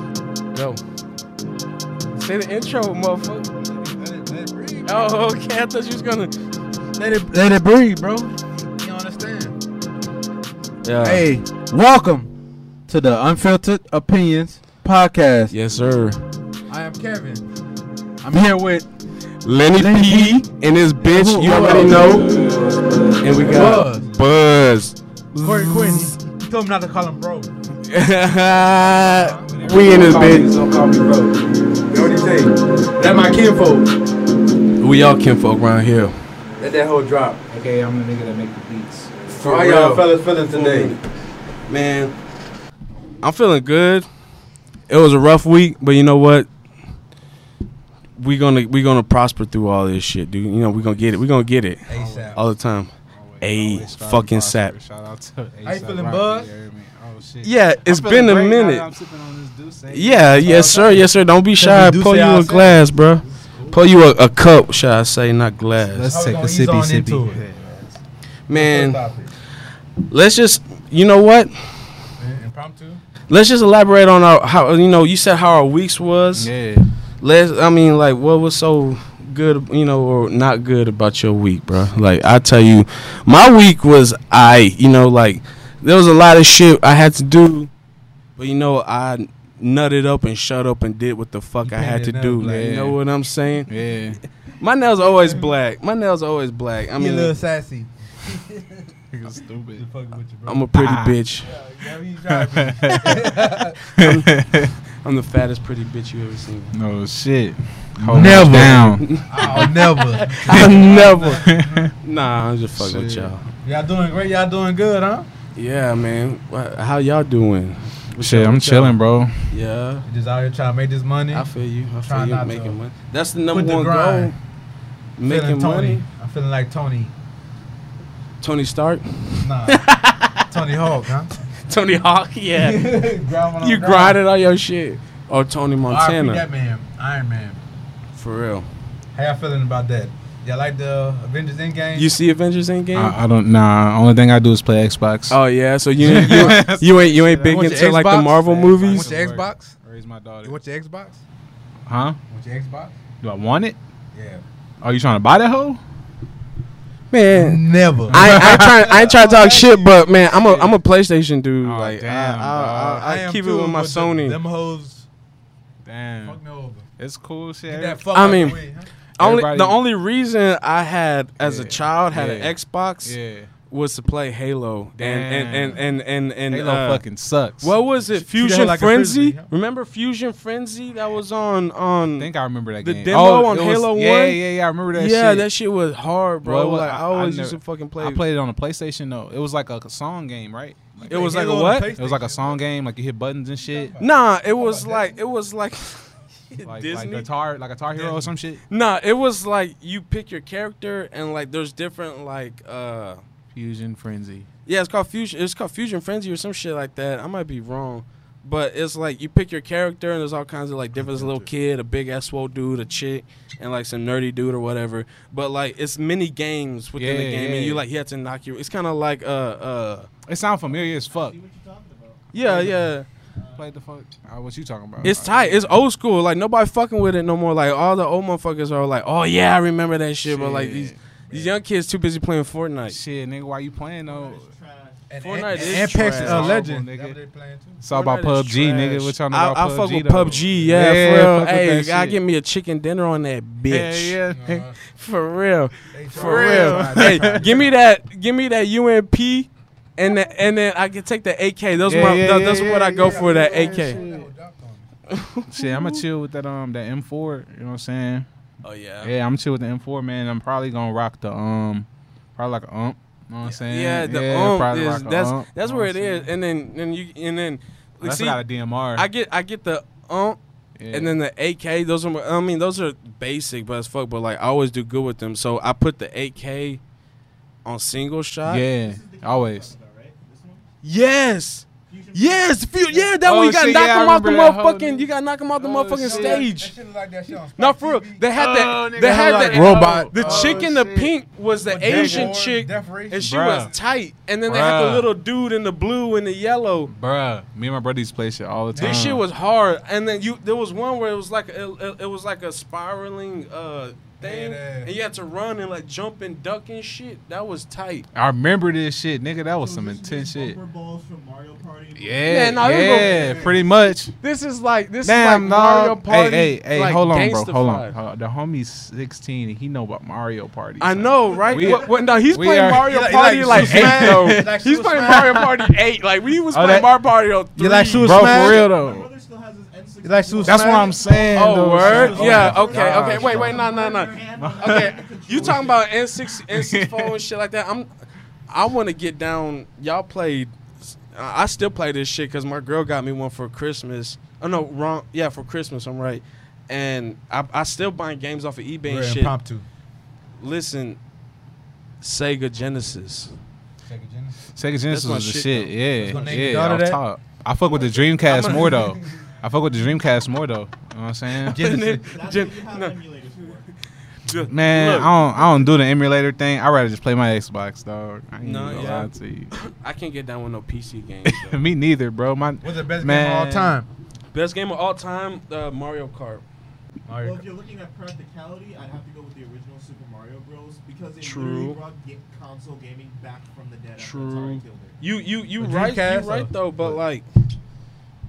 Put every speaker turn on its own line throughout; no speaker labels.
go. Say the intro, motherfucker. Oh, okay. I thought you was gonna let it let it breathe, bro.
You understand?
Yeah.
Hey, welcome to the Unfiltered Opinions podcast.
Yes, sir.
I am Kevin. I'm here with
Lenny,
Lenny
P and his bitch,
Who-
you
who
already
else?
know. And we got Buzz.
Corey Quinn. You told me not to call him bro.
we in this bitch.
Don't call me bro. Yo, what you say? That my kinfolk.
We all kinfolk around here.
Let that whole drop.
Okay, I'm the nigga that make the beats.
For
How y'all fellas feeling today?
man. I'm feeling good. It was a rough week, but you know what? We gonna we gonna prosper through all this shit, dude. You know we gonna get it. We gonna get it
ASAP.
all the time. A fucking sap.
Shout out to
How you feeling,
A$AP
Buzz?
Rocky, you hear me? Oh shit.
Yeah, it's
it's
been a minute.
I'm sipping on this Deuce. eh?
Yeah, yes sir, yes sir. Don't be shy.
we do
Pour
say
you a
ourselves.
glass, bruh. Pour you a, a cup, should I say, not glass.
Let's
How we
take a
gonna ease
sippy
on into
sippy.
it?
Man,
Stop it.
let's just you know what?
Impromptu.
Let's just elaborate on our how you know you said how our weeks was.
Yeah.
Let's. I mean, like, what was so good, you know, or not good about your week, bro? Like, I tell you, my week was I, you know, like there was a lot of shit I had to do, but you know, I nutted up and shut up and did what the fuck I had to
painted
do.
up, like-
You know what I'm saying?
Yeah.
My nails are always black. My nails are always black. I
You a little
mean,
sassy.
Nigga
You
stupid.
fucking with you, bro.
I'm a pretty bitch.
Yeah, you driving.
I'm the fattest pretty bitch you ever seen.
no shit.
Never.
Never. Down.
Oh,
I'll Oh, never.
I never. Nah, I'm just fucking with
Shit.
y'all.
Y'all doing great. Y'all doing good, huh?
Yeah, man. Wha- How y'all doing? What's
shit,
up,
I'm
what's up?
chilling, bro.
Yeah,
You just out here trying to make this money.
I feel you. I
Try
feel you
not to.
making money. That's the number
Quit the
one goal.
grind.
Making
feeling Tony.
money.
I'm feeling like Tony.
Tony Stark.
Nah. Tony Hawk, huh?
Tony Hawk. Yeah. you
grinded
grinded all your shit. Or Tony
that
Montana.
man, Iron Man.
For real.
How y'all feeling about that? Y'all like the Avengers Endgame?
You see Avengers Endgame?
I, I don't. Nah. Only thing I do is play Xbox.
oh yeah. So you you, you ain't you ain't big
want your
into like the
Xbox?
Marvel
Yeah,
you
movies.
want your Xbox?
Raise my daughter.
You want your Xbox?
Huh?
You want your Xbox?
Do I want it?
Yeah.
Are you trying to buy that hoe?
Man.
Never.
I, I try I ain't trying to talk shit, but man, I'm a I'm a PlayStation dude.
Oh,
like
damn,
I,
dog.
I, I, I keep it with my Sony.
Them hoes
Damn.
fuck me over.
It's cool shit.
Get that fuck
I
out the
mean-
way, huh?
Only
Everybody-
the only reason I had as a
Yeah,
child had
yeah,
an Xbox
yeah.
was to play Halo and and
Damn.
and and and, and
Halo
uh,
fucking sucks.
what was it? Fusion
like a
Frenzy.
frisbee, huh?
Remember Fusion Frenzy? That was on
I
on.
think I remember that
The
game. Oh,
demo on
it
Halo
yeah,
1?
Yeah, yeah, yeah. I remember that.
yeah,
shit.
that shit was hard, bro.
Well,
like I
I-
always
I
used to
never-
fucking play.
I played it on the PlayStation though. It was like a song game, right? Like,
It was like a
Halo on
what?
the
it was like a song game. Like you hit buttons and shit.
Nah, it was like it was like.
Like, like
Disney.
guitar, like guitar hero or some shit.
nah, it was like you pick your character and like there's different like uh
Fusion frenzy.
Yeah, it's called Fusion. It's called Fusion Frenzy or some shit like that. I might be wrong, but it's like you pick your character and there's all kinds of like different there's a little kid, a big ass swole dude, a chick, and like some nerdy dude or whatever. But like it's mini games within the
Yeah,
game,
yeah.
and you like you have to knock your. It's kind of like uh uh
It sound familiar as fuck.
yeah yeah.
Played the fuck. Uh, what you talking about?
It's tight. It's old school. Like nobody fucking with it no more. Like all the old motherfuckers are like, oh yeah, I remember that shit. But like these
Shit.
these young kids too busy playing Fortnite.
Shit, nigga, why you playing though?
And,
Fortnite
and,
is
and Apex
trash.
uh, Legend.
Horrible, nigga.
That what they playing too?
It's all about
Fortnite is
PUBG,
trash.
nigga. What y'all know
I,
about
I
PUBG?
fuck with
though?
PUBG, yeah, for real.
fuck with
Hey,
that
you gotta
shit.
give me a chicken dinner on that bitch.
Yeah, yeah.
Uh,
For real.
they
For
trying.
real.
They
hey,
trying.
give me that give me that UMP and the, and then I can take the AK. Those
Yeah,
my
yeah,
tho-
yeah,
that's
yeah,
what I go
yeah,
for that
yeah,
AK.
shit. Shit, I'ma
Mm-hmm.
chill with that um that M4. You know what I'm saying?
Oh yeah.
Yeah, I'm chill with the M4, man. I'm probably gonna rock the um, probably like a ump. You know what I'm saying?
Yeah, the ump
probably
is
rock a
that's
ump,
that's
you know
where
what
it
I'm saying?
is. And then then you and then like,
That's
see,
got a DMR.
I get I get the ump
Yeah.
and then the AK. Those are my- I mean those are basic but as fuck, but like I always do good with them. So I put the AK on single shot.
yeah, always.
Yes. Yes, few, yeah, that
Oh,
one you got
shit,
knock
yeah, I
him off the
remember that whole
motherfucking.
nigga.
You got knock him off the
Oh,
motherfucking
shit.
stage.
shit like that shit on Spike
No, for real.
TV.
They had
Oh,
that.
nigga,
They
I
had
like
that
that.
robot.
Robot.
The
Oh,
chick in the
shit.
pink was the
Decoration,
Asian chick,
decoration.
and she
Bruh.
was tight. And then they had the
Bruh.
little dude in the blue and the yellow.
Bruh, me and my brother used to play shit all the time.
This shit was hard. And then you, there was one where it was like a, it, it was like a spiraling uh thing,
Yeah.
and you had to run and like jump and duck and shit. That was tight.
I remember this shit, nigga. That was
So
some
this is
intense shit.
bumper balls from Mario Party.
Yeah, yeah,
nah, this go-
pretty much.
This is like this
Damn,
is like
no.
Mario Party.
hey, hey, hey,
like,
hold on, bro. Hold
gangstified.
on. Hold on. The homie's 16 and he know about Mario Party.
I
son.
know, right?
We-
What- what- no, he's
we
playing
are-
Mario
You like- you
Party
like
like,
Super
eight
Smash?
though.
You like
he's
Super
playing Mario
Smash?
Party eight. Like we was
Oh,
playing
that-
Mario Party on three.
You like Super
Bro,
Smash?
for
My
real though.
brother still has his N64.
You like Suicide
That's what I'm saying.
Oh
though,
word,
son.
yeah.
Oh, my
okay, okay.
gosh,
Wait,
bro.
wait, no, no,
Your
no.
hand on the
Okay,
controller.
you talking about N six N six four and shit like that? I'm, I want to get down. Y'all played. I I still play this shit because my girl got me one for Christmas. Oh no, wrong. Yeah, for Christmas. I'm right. And I, I still buying games off of eBay and
We're
shit.
impromptu.
Listen, Sega Genesis.
Second Genesis.
Sega
That's
Genesis
my
was the
shit,
shit.
though.
That's
Yeah,
gonna name your
yeah.
daughter
Off
that?
top. I fuck with the Dreamcast more though. I fuck with the Dreamcast more though. You know what I'm saying?
That's
Gen-
what you have
no.
emulators for.
Man,
Look.
I don't I don't do the emulator thing. I rather just play my Xbox, dog. I ain't
No,
gonna
yeah.
lie to you.
I can't get down with no PC games. though.
Me neither, bro. My
What's the best game
Man.
of all time?
Best game of all time, uh, Mario Kart.
Mario
Well, if you're looking at practicality, I'd have to go with the original Super Mario Bros. because they
True.
literally brought ga- console gaming back from the dead.
True.
After Atari killed it.
You you you
The
right you
Dreamcast,
right
uh,
though, but
what?
like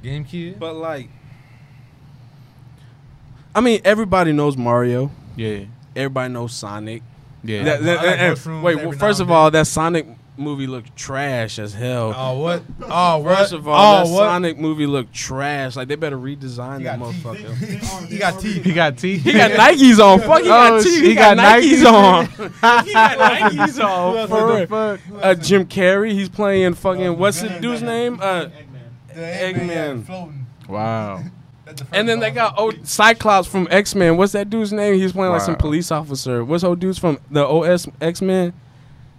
GameCube.
but like, I mean everybody knows Mario.
yeah.
Everybody knows Sonic.
Yeah.
That- that-
I like
and-
mushrooms
wait,
every
well,
now
first
and
of all, that Sonic movie looked trash as hell.
Oh what? Oh what?
First of all,
oh
that
what?
Sonic movie looked trash. Like they better redesign
He
that
got teeth.
motherfucker.
They- they are-
He
they
got
are
teeth.
He got teeth.
He got Nikes on. Fuck, he got
Oh,
teeth.
shit, he got Nikes
on. he got Nikes on. For real.
fuck?
Uh, Jim Carrey, he's playing
Oh,
fucking what's the dude's name? Uh,
Eggman.
The Eggman, yeah,
Eggman.
floating.
Wow.
That's the first
and then they
one.
got old Cyclops from X Men. What's that dude's name? He's playing like some
Wow.
police officer. What's old dude's from the OS X Men?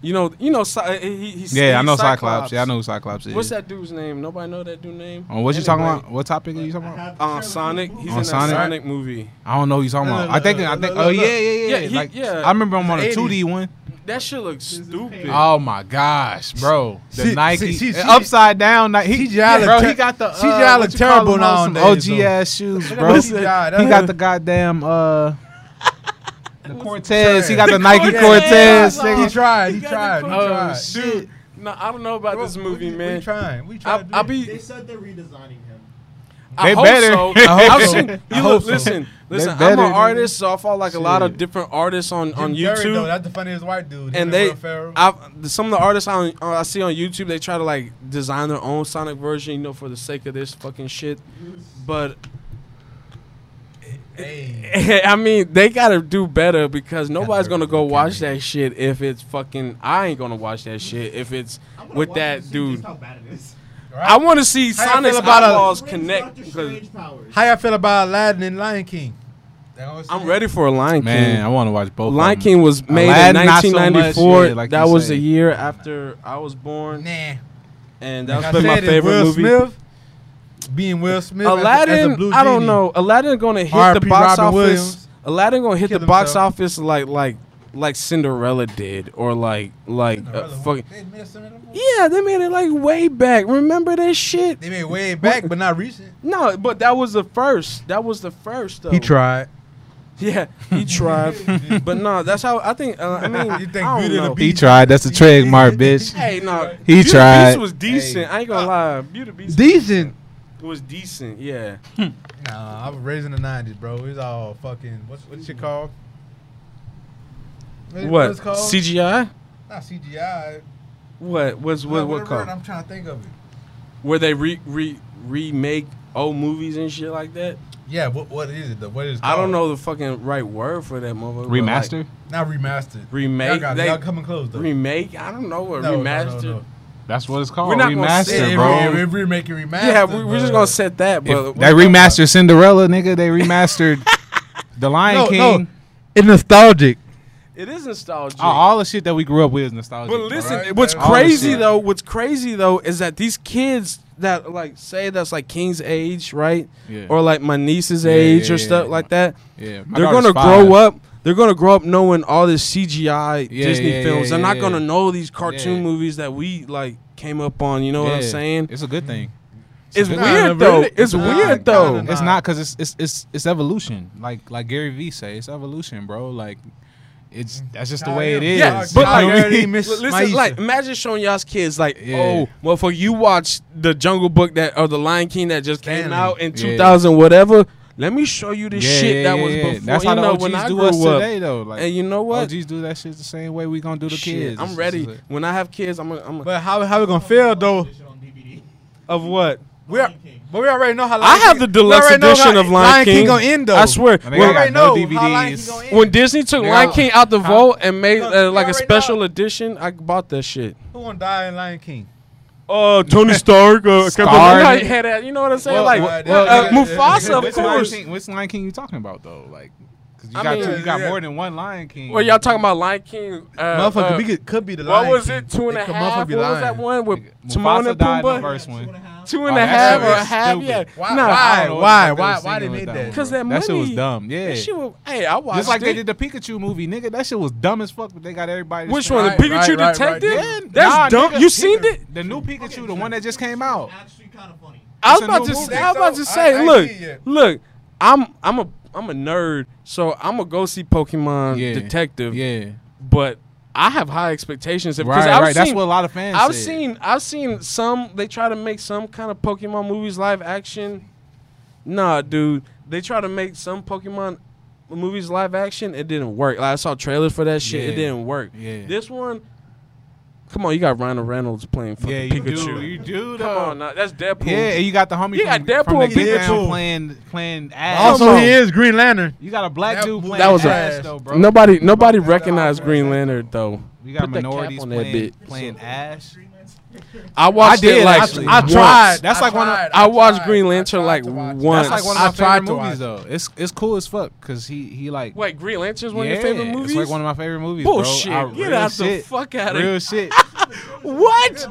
You know, you know, Cy- uh, he, he's
Yeah, I know Cyclops. Yeah, I know who Cyclops is.
What's that dude's name? Nobody know that dude name.
Oh, what you talking
Anyway,
about? What topic are you talking
I
about?
have
Uh,
Sherlock
Sonic.
Holmes.
He's
On
in
Sonic?
that Sonic movie.
I don't know who you talking
Look,
about.
look,
I think
look,
I
look,
think
look,
oh yeah,
look.
yeah, yeah.
Yeah, he-
like
yeah.
I remember I'm on a
It's the
2D one.
That shit looks
This is
stupid.
pain.
Oh my gosh, bro. The
See-
Nike uh,
see- see- see-
upside down Nike.
CGI look
bro,
ter-
he got the uh,
CGI look
what you call
terrible
them, some
nowadays,
OG ass shoes,
Look at
bro.
the
He
CGI, that-
got the goddamn uh the Cortez. He got the Nike
Yeah.
Cortez.
Yeah.
nigga.
He tried. He
got the
tried. He
Cortez.
tried.
Dude, no, I don't know about
Bro,
this movie,
we,
man.
We trying. We
I,
trying.
I
dude.
be
They said they're redesigning him.
I
They
hope
better.
So.
I hope
I've
so.
seen- you
I
look,
hope so.
listen,
They
listen.
better,
I'm an
nigga.
artist, so I follow like a lot of
Shit.
different artists on on
Jim Carrey, though,
YouTube.
that's the funniest white dude. Him
and they,
Will Ferrell.
I've, some of the artists I, I see on YouTube, they try to like design their own Sonic version, you know, for the sake of this fucking shit. But
hey,
I mean, they gotta do better because nobody's
work
gonna
with
go
the
watch
camera.
that shit if it's fucking. I ain't gonna watch that shit if it's
I'm gonna
with
watch it to
that
see
dude.
Just how bad it is.
I want to see
How y'all
Sonic's
feel about a-
eyeballs
Where's
connect
Doctor
because
Strange powers?
how y'all feel about Aladdin and Lion King? They always say
I'm
that.
ready for a Lion King.
Man, I want to watch both.
Lion
of them.
King was made
Aladdin,
in
not so much,
1994.
yeah, like
that
you
was
say.
the year after I was born,
Nah.
and
Like
that's
I
been my
said, it's
favorite
Will
movie.
Smith, being Will Smith. as a- as a
Aladdin,
blue
I don't
genie.
know. Aladdin gonna hit the
R.I.P.
box
Robin
office.
Williams.
Aladdin gonna hit
Killed
the box
himself.
office like like like Cinderella did, or like like uh,
Cinderella,
fucking.
They made Cinderella movie?
Yeah, they made it like way back. Remember that shit?
They made way back, but not recent.
No, but that was the first. That was the first though.
tried.
Yeah, he tried. but no, that's how I think. Uh, I mean,
You think
I don't
Beauty and the
know.
Beast-
He tried. That's the trademark, bitch.
Hey, no,
He
Beauty
tried.
Beast was decent. I
Ah.
ain't gonna lie, Beauty Beast
Decent.
was decent. Yeah,
Nah, I was raised in the nineties, bro. It was all fucking what's what's shit called? What?
what
it's called?
CGI?
Not CGI.
What was
What,
what what called?
I'm trying to think of it.
Where they re re remake old movies and shit like that?
Yeah, what what is it? Though? What is? It
I don't
called?
Oh.
know the fucking right word for that motherfucker. but,
Remaster.
like,
Not remastered.
Remake,
Y'all, got,
they-
y'all coming close though.
remake. I don't know what
No, no, no,
remaster.
no.
That's what it's called.
We're not gonna say
remaster,
it,
Yeah,
bro.
We're, we're, we're making remaster.
Yeah, we, we're just
but-
gonna set that, but
If they remastered Cinderella, nigga. They remastered The Lion
No,
King.
no. It's nostalgic.
it is nostalgic.
All, Oh, all the shit that we grew up with is nostalgic.
but
bro.
listen,
Right,
what's
man.
All this
crazy
shit.
though, what's crazy though is that these kids that like say that's like King's age, right?
Yeah.
Or like my niece's
Yeah,
age
yeah,
or stuff
yeah.
like that.
yeah. My
they're gonna
daughter's
grow
five.
up. They're gonna grow up knowing all this CGI
Yeah,
Disney
yeah, yeah,
films. they're
yeah,
not
yeah.
gonna know these cartoon
Yeah.
movies that we like came up on. You know what I'm
Yeah.
saying?
It's a good thing.
It's,
Nah,
weird
nah,
though.
really.
It's
Nah,
weird
nah,
though.
nah, nah.
It's not because it's, it's it's it's evolution. Like like Gary Vee say, it's evolution, bro. Like it's that's just the way it is.
Yeah,
Yeah,
but
but
like-
Miss
L- Listen,
Maisha.
like imagine showing y'all's kids like,
Yeah.
oh, well, for you watch the Jungle Book that or the Lion King that just came
Stanley.
out in
Yeah.
2000 whatever. Let me show you the shit that was
yeah.
before.
That's
you
how the
know,
OGs
when I
do
grew
us
up.
today, though. Like
and you know what?
OGs do that shit the same way we gonna do the
Shit,
kids.
I'm
It's
ready.
just a-
When I have kids, I'm. A, I'm a,
But how how we gonna feel though?
Shit on DVD.
of what?
We are, but we already know how.
I have the
King- we
deluxe
already know
edition
how
of Lion
Lion King.
King.
gonna end though.
I swear.
And they
We
When,
got
already
no
know how Lion
DVDs.
King gonna end.
when Disney took
They
Lion
got-
King out the
Huh?
vault and made uh,
Look,
like
they
a
already
special
know.
edition, I bought that shit.
Who gonna die in Lion King?
Oh, Tony Stark, uh,
Scarred.
Captain- yeah, that- you know what I'm saying?
Well,
like,
well,
uh,
yeah,
Mufasa,
yeah,
of
Which
course.
Lion King, which Lion King you talking about though? Like, 'cause you
I
got
mean-
two, you got
Yeah.
more than one Lion King.
Well, y'all talking about Lion King? Uh,
Motherfucker,
uh,
we could, could be the
what
Lion
was
King.
it? Two and a
They could
half.
motherfucker
What
be
was
lying.
that one with Timon
Mufasa
and
died in the
Pumbaa?
first
Two and a
one.
half.
Two and
Oh,
a
that
half
shit
or a
was
half?
stupid.
Yeah.
Why-
Nah,
why?
I don't know what the fuck
why-
was
why they
thinking
made
with
that?
one,
Because
bro.
that
that shit was
money-
dumb. Yeah,
That shit was, hey, I watched
just like
it.
they did the Pikachu movie, nigga. That shit was dumb as fuck, but they got everybody. to
Which
stand
one? The
Right,
Pikachu
right, right,
Detective?
right.
That's
Nah,
dumb.
nigga,
you seen it?
The new Pikachu, the one that just came out.
Actually, kind of funny.
I was
It's a
about
new
to.
movie.
I was about to
So,
say,
I- I
look,
see it.
look, I'm, I'm a, I'm a nerd, so I'm gonna go see Pokemon
Yeah.
Detective.
Yeah,
But I have high expectations because
right,
I've
right. That's
seen-
what a lot of fans.
I've
said.
seen I've seen some they try to make some kind of Pokemon movies live action. Nah, dude. They try to make some Pokemon movies live action. It didn't work. Like, I saw trailers for that shit. It
Yeah.
didn't work.
Yeah.
This one Come on, you got Ryan Reynolds playing fucking
Yeah, you
Pikachu.
do. You do.
Come
though.
on, now. that's Deadpool.
Yeah, and you got the homie.
You
from,
got
from
Deadpool,
the Get Down
Deadpool.
playing playing ass.
Also,
Come on.
he is Green Lantern.
you got a black
That-
dude playing
that was a-
ass though, bro.
Nobody nobody
That's the
recognized
opera.
Green Lantern though.
You got
Put that cap
minorities
on that
playing,
bitch.
playing ass.
I watched it like
actually.
I
once.
tried.
That's
I
like one of-
tried.
I watched
tried.
Green
I
Lantern
tried
like
to watch it.
once.
That's like one
I
of my
tried
favorite
to
movies though. It's it's cool as fuck because he he like
Wait, Green Lantern's one
yeah,
of your favorite movies?
It's like one of my favorite movies.
Bullshit.
Bro. I-
Get
real
out
shit.
the fuck out of
Real
here.
shit.
What?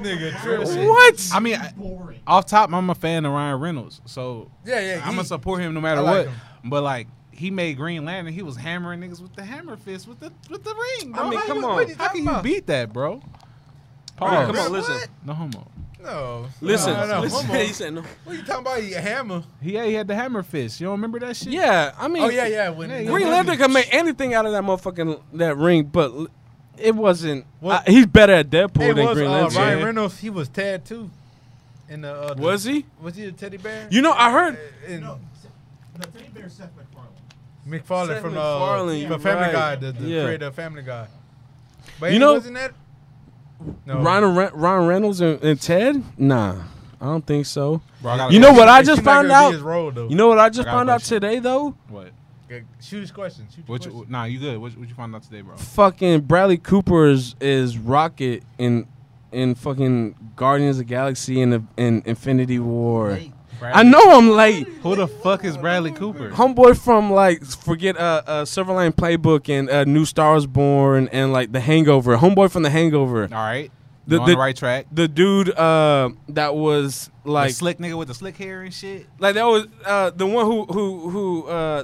What?
I mean, I-
Boring.
off top, I'm a fan of Ryan Reynolds, so
Yeah, yeah.
I'm
he-
gonna support him no matter
I like
what.
him.
But like, he made Green Lantern. He was hammering niggas with the hammer fist with the with the ring. Bro.
I mean,
How
come
you-
on.
what- How can you beat that, bro?
Alright,
Pause.
come on, listen.
No homo.
No.
Listen.
No, no, no.
listen.
One more.
He said no.
What are you talking about? He a hammer?
He, yeah, he had the hammer fist. You don't remember that shit?
Yeah, I mean,
Oh yeah, yeah. When,
Yeah, yeah.
Green Lantern can make anything out of that motherfucking that ring, but l- it wasn't.
Well-
I- he's better at Deadpool
It
than
was
Green
uh,
Lantern.
Ryan
Yeah.
Reynolds. He was tattooed. In the, uh, the-
Was he?
Was he a teddy bear?
You know, I heard.
In
No, Se- the teddy bear is Seth MacFarlane.
McFarlane
Seth
from
MacFarlane,
uh,
you're
from Family
right.
Guy, the, the
Yeah.
creator of Family Guy. But
You
he
know-
wasn't that. No.
Ryan, Re- Ryan Reynolds and, and Ted? Nah, I don't think so.
Bro, I got a
You know
question.
what I
It
just
seemed like
found
it would be
out?
His role, though.
You know what I just
Oh, I got a
found out
question.
today though?
What?
know, shoot his question. Shoot his
What? You,
question.
nah, you good? What, what you find out today, bro?
Fucking Bradley Cooper is, is Rocket in in fucking Guardians of the Galaxy and in Infinity War. I know I'm late.
Who the fuck is Bradley Cooper?
Homeboy from like forget uh, uh Silverline Playbook and uh, New Stars Born and like The Hangover. Homeboy from The Hangover.
All right,
The-
you on the,
the-
right track.
The dude uh that was
Like
like
slick nigga with the slick hair and shit.
like that was uh the one who who who uh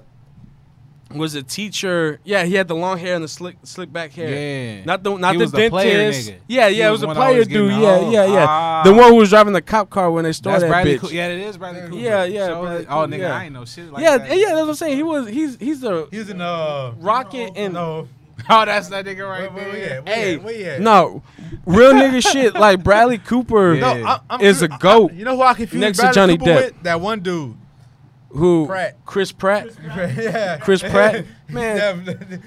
was a teacher. Yeah, he had the long hair and the slick slick back hair.
Yeah.
Not the not
He
the
was the player
dentist.
nigga.
Yeah,
He
yeah, it
was
was
the one
a
that
player
was getting
dude.
the
Yeah,
hoe.
yeah, yeah.
Ah.
The one who was driving the cop car when they stole
That's
that
Bradley.
bitch.
Coo- yeah, it is Bradley Cooper.
Yeah, yeah,
Show
Bradley
it. Oh,
Cooper,
nigga,
yeah.
I ain't know shit like
yeah,
that.
yeah, that's what I'm saying. He was he's he's the
He was in uh.
rocket and
No.
Oh, that's that nigga right
Where, where, we
there.
at? Where,
Hey,
we at? where, we at?
no, real nigga shit. Like Bradley Cooper
No,
I- I'm
is a
confu- I-
goat.
you know who I confused
Next to
Bradley
Johnny
Cooper
Depp.
With? That one dude.
Who?
Pratt.
Chris Pratt.
yeah.
Chris Pratt? Man.
Damn.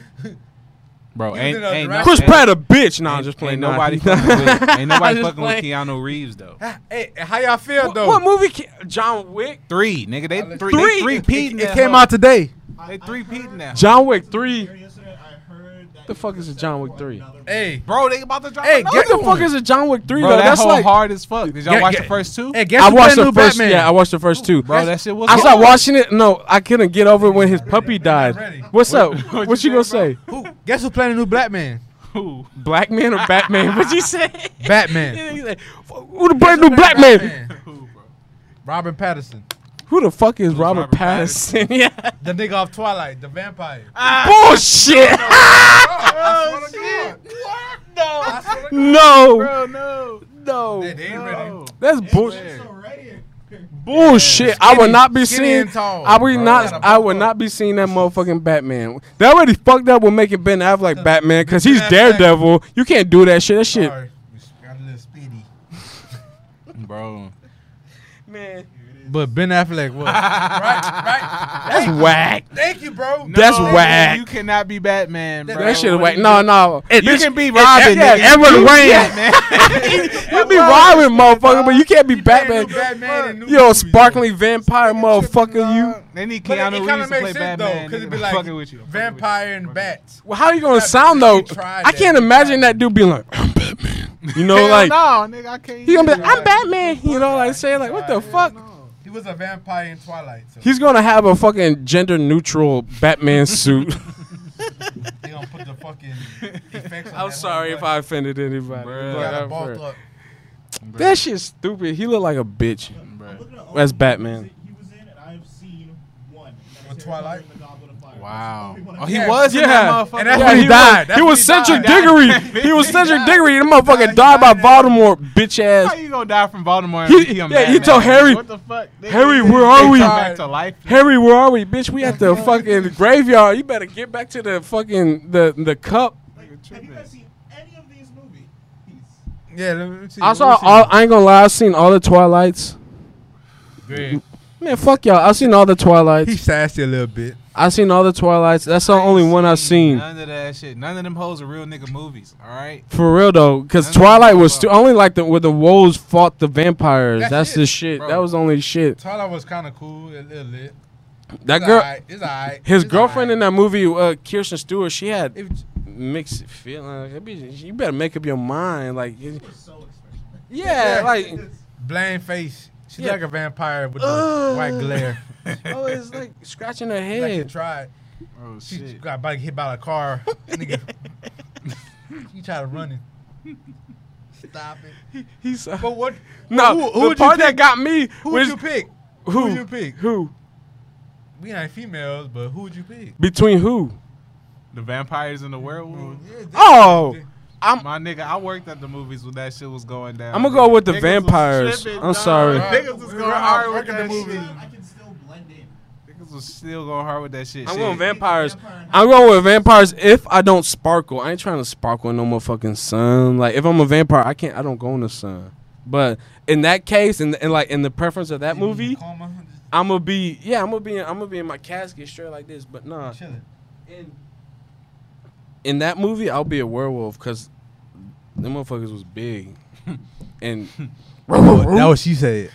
He
Bro,
was
ain't,
in a
ain't
Jurassic-
Chris
ain't-
Pratt a bitch. Nah,
Ain't,
I'm just playing. nah.
Ain't nobody fucking with. Ain't
I'm
nobody
just
fucking with
playing.
Keanu Reeves though.
hey, how y'all feel
What,
though?
what movie? Ca- John Wick.
Three, nigga. They
Three?
three. They three peating.
it came out today.
They three peating now.
John Wick three.
Earlier yesterday, I heard that
The
he
fuck
was
is a
set
John Wick
for
three?
another-
Hey,
Bro, they about to drop.
Hey,
another
What the
one.
fuck is a John Wick three
Bro,
though?
that
That's
whole
like.
hard as fuck. Did y'all
Yeah,
watch
yeah.
the first two?
hey, guess
I
who
watched
playing
the
new
first.
Batman?
Yeah, I watched the first two.
Bro, that shit was.
I stopped
hard.
watching it. No, I couldn't get over when his puppy died.
ready.
What's up? What you
you
gonna
say,
say?
Who? Guess who playing the new Black Man?
Who?
Black man or Batman? What you say?
Batman.
Who the brand new black man?
Batman.
Who, bro?
Robin Patterson.
Who the fuck is Robert,
Robert
Pattinson? yeah.
The nigga off Twilight, the vampire.
Bullshit.
oh, shit.
no.
Bro, no. They,
No.
they ain't ready.
That's bullshit.
Skinny
Already.
Bullshit. I would not be
skinny
seeing.
and tall,
I would
bro.
not.
Gotta
I
bulk
would
up.
not be seeing that motherfucking Batman. They already fucked up with making Ben Affleck Batman because he's
Ben Affleck.
Daredevil. You can't do that shit. That shit.
Sorry. Got a little speedy.
bro.
Man,
But Ben Affleck was. right, right.
that's whack.
Thank you, bro.
That's
No,
whack.
You cannot be Batman, bro.
That shit is whack. No, no.
You
This-
can be
it-
Robin,
Yeah,
nigga.
Edward
You-
Wayne.
man.
You be Robin, motherfucker, but you can't be Batman.
Batman, Batman in new
Yo,
movies,
sparkly vampire motherfucker, you.
They need
But it,
Keanu
it
Reeves
kind
to
of
play
makes sense though,
Batman.
because it'd be
nigga.
like
Fucking with you. I'm fucking with
vampire
you.
and bats.
Well, how you gonna
Batman,
sound though?
you tried
I
that.
can't imagine that dude being like, I'm Batman. You know,
Hell
Oh, like
no, nigga, I can't.
he gonna be, like,
either.
I'm Batman. You know, like saying like, what the fuck?
He was a vampire in Twilight. So
He's gonna have a fucking gender neutral Batman suit.
they gonna put the fucking effects. On
I'm
that
sorry
whole
if I offended anybody.
Bruh.
button.
but
You gotta
I'm
bulk
for-
up.
That shit's stupid. He look like a bitch.
I'm looking at all
That's
the movies
Batman.
that He was in, and I've seen one. and that's
With
Harry Potter
Twilight?
and the Goblet of Fire. That's the
Wow.
only one I've
Oh, he
seen.
was in
Yeah.
that motherfucker.
And that's
Yeah,
when he died.
He
That's
was
when he
Cedric
died.
Diggory. He was Cedric
died.
Diggory. The
Nah,
motherfucker
he
died by
died.
Baltimore, bitch ass.
How you gonna die from Baltimore? and
He-
be a
yeah, he
madman?
told Harry,
What the fuck? They-
Harry,
they-
where
they
are
come
we?
Back to life.
Harry, where are we, bitch? We at the fucking graveyard. You better get back to the fucking the the cup.
Like, have you guys seen any of these movies?
Yeah, let me see.
I saw all. I ain't gonna lie. I seen all the Twilights.
Great.
Man, fuck y'all. I seen all the
He
Twilights.
sassy a little bit.
I seen all the Twilights. That's the only one I seen.
None of that shit. None of them hoes are real nigga movies. All right.
For real though, because
None of them
Twilight was
fuck.
stu- only like the where the wolves fought the vampires. That's,
That's it,
the shit.
bro.
That was the only shit.
Twilight was kind of cool. It, it lit.
That
It's
girl,
alright, It's alright.
his
It's
girlfriend in
alright.
that movie, uh, Kirsten Stewart, she had
If-
mixed feelings. That bitch- You better make up your mind. Like, it-
They're so expensive.
yeah, like.
Blame face. She's
Yeah.
like a vampire with
Ugh.
the white glare.
Oh, it's like scratching her
Like she
head.
tried.
Oh
She got bike hit by a car. Nigga. She tried to run it. Stop it.
He's uh,
But what?
no.
who- who
the
would you
part that got me
Who
was
would you pick?
who
would you pick?
Who
We ain't females, but who would you pick?
between who?
The vampires and the werewolves.
Oh,
My nigga, I worked at the movies when that shit was going down.
I'm gonna go with the
Niggas was
vampires.
tripping,
I'm
dog.
sorry.
Niggas was
We
going
were
hard
out
with
working
that
the
shit.
movies.
I can still blend in.
Niggas was still going hard with that shit.
I'm
shit.
going vampires.
Vampire and
I'm going with vampires if I don't sparkle. I ain't trying to sparkle in no motherfucking sun. Like if I'm a vampire, I can't. I don't go in the sun. But in that case, and and like in the preference of that movie,
Coma,
I'm gonna be yeah. I'm gonna be in, I'm gonna be in my casket straight like this. But nah,
just chilling.
in in that movie, I'll be a werewolf because them motherfuckers was big and
That was she said.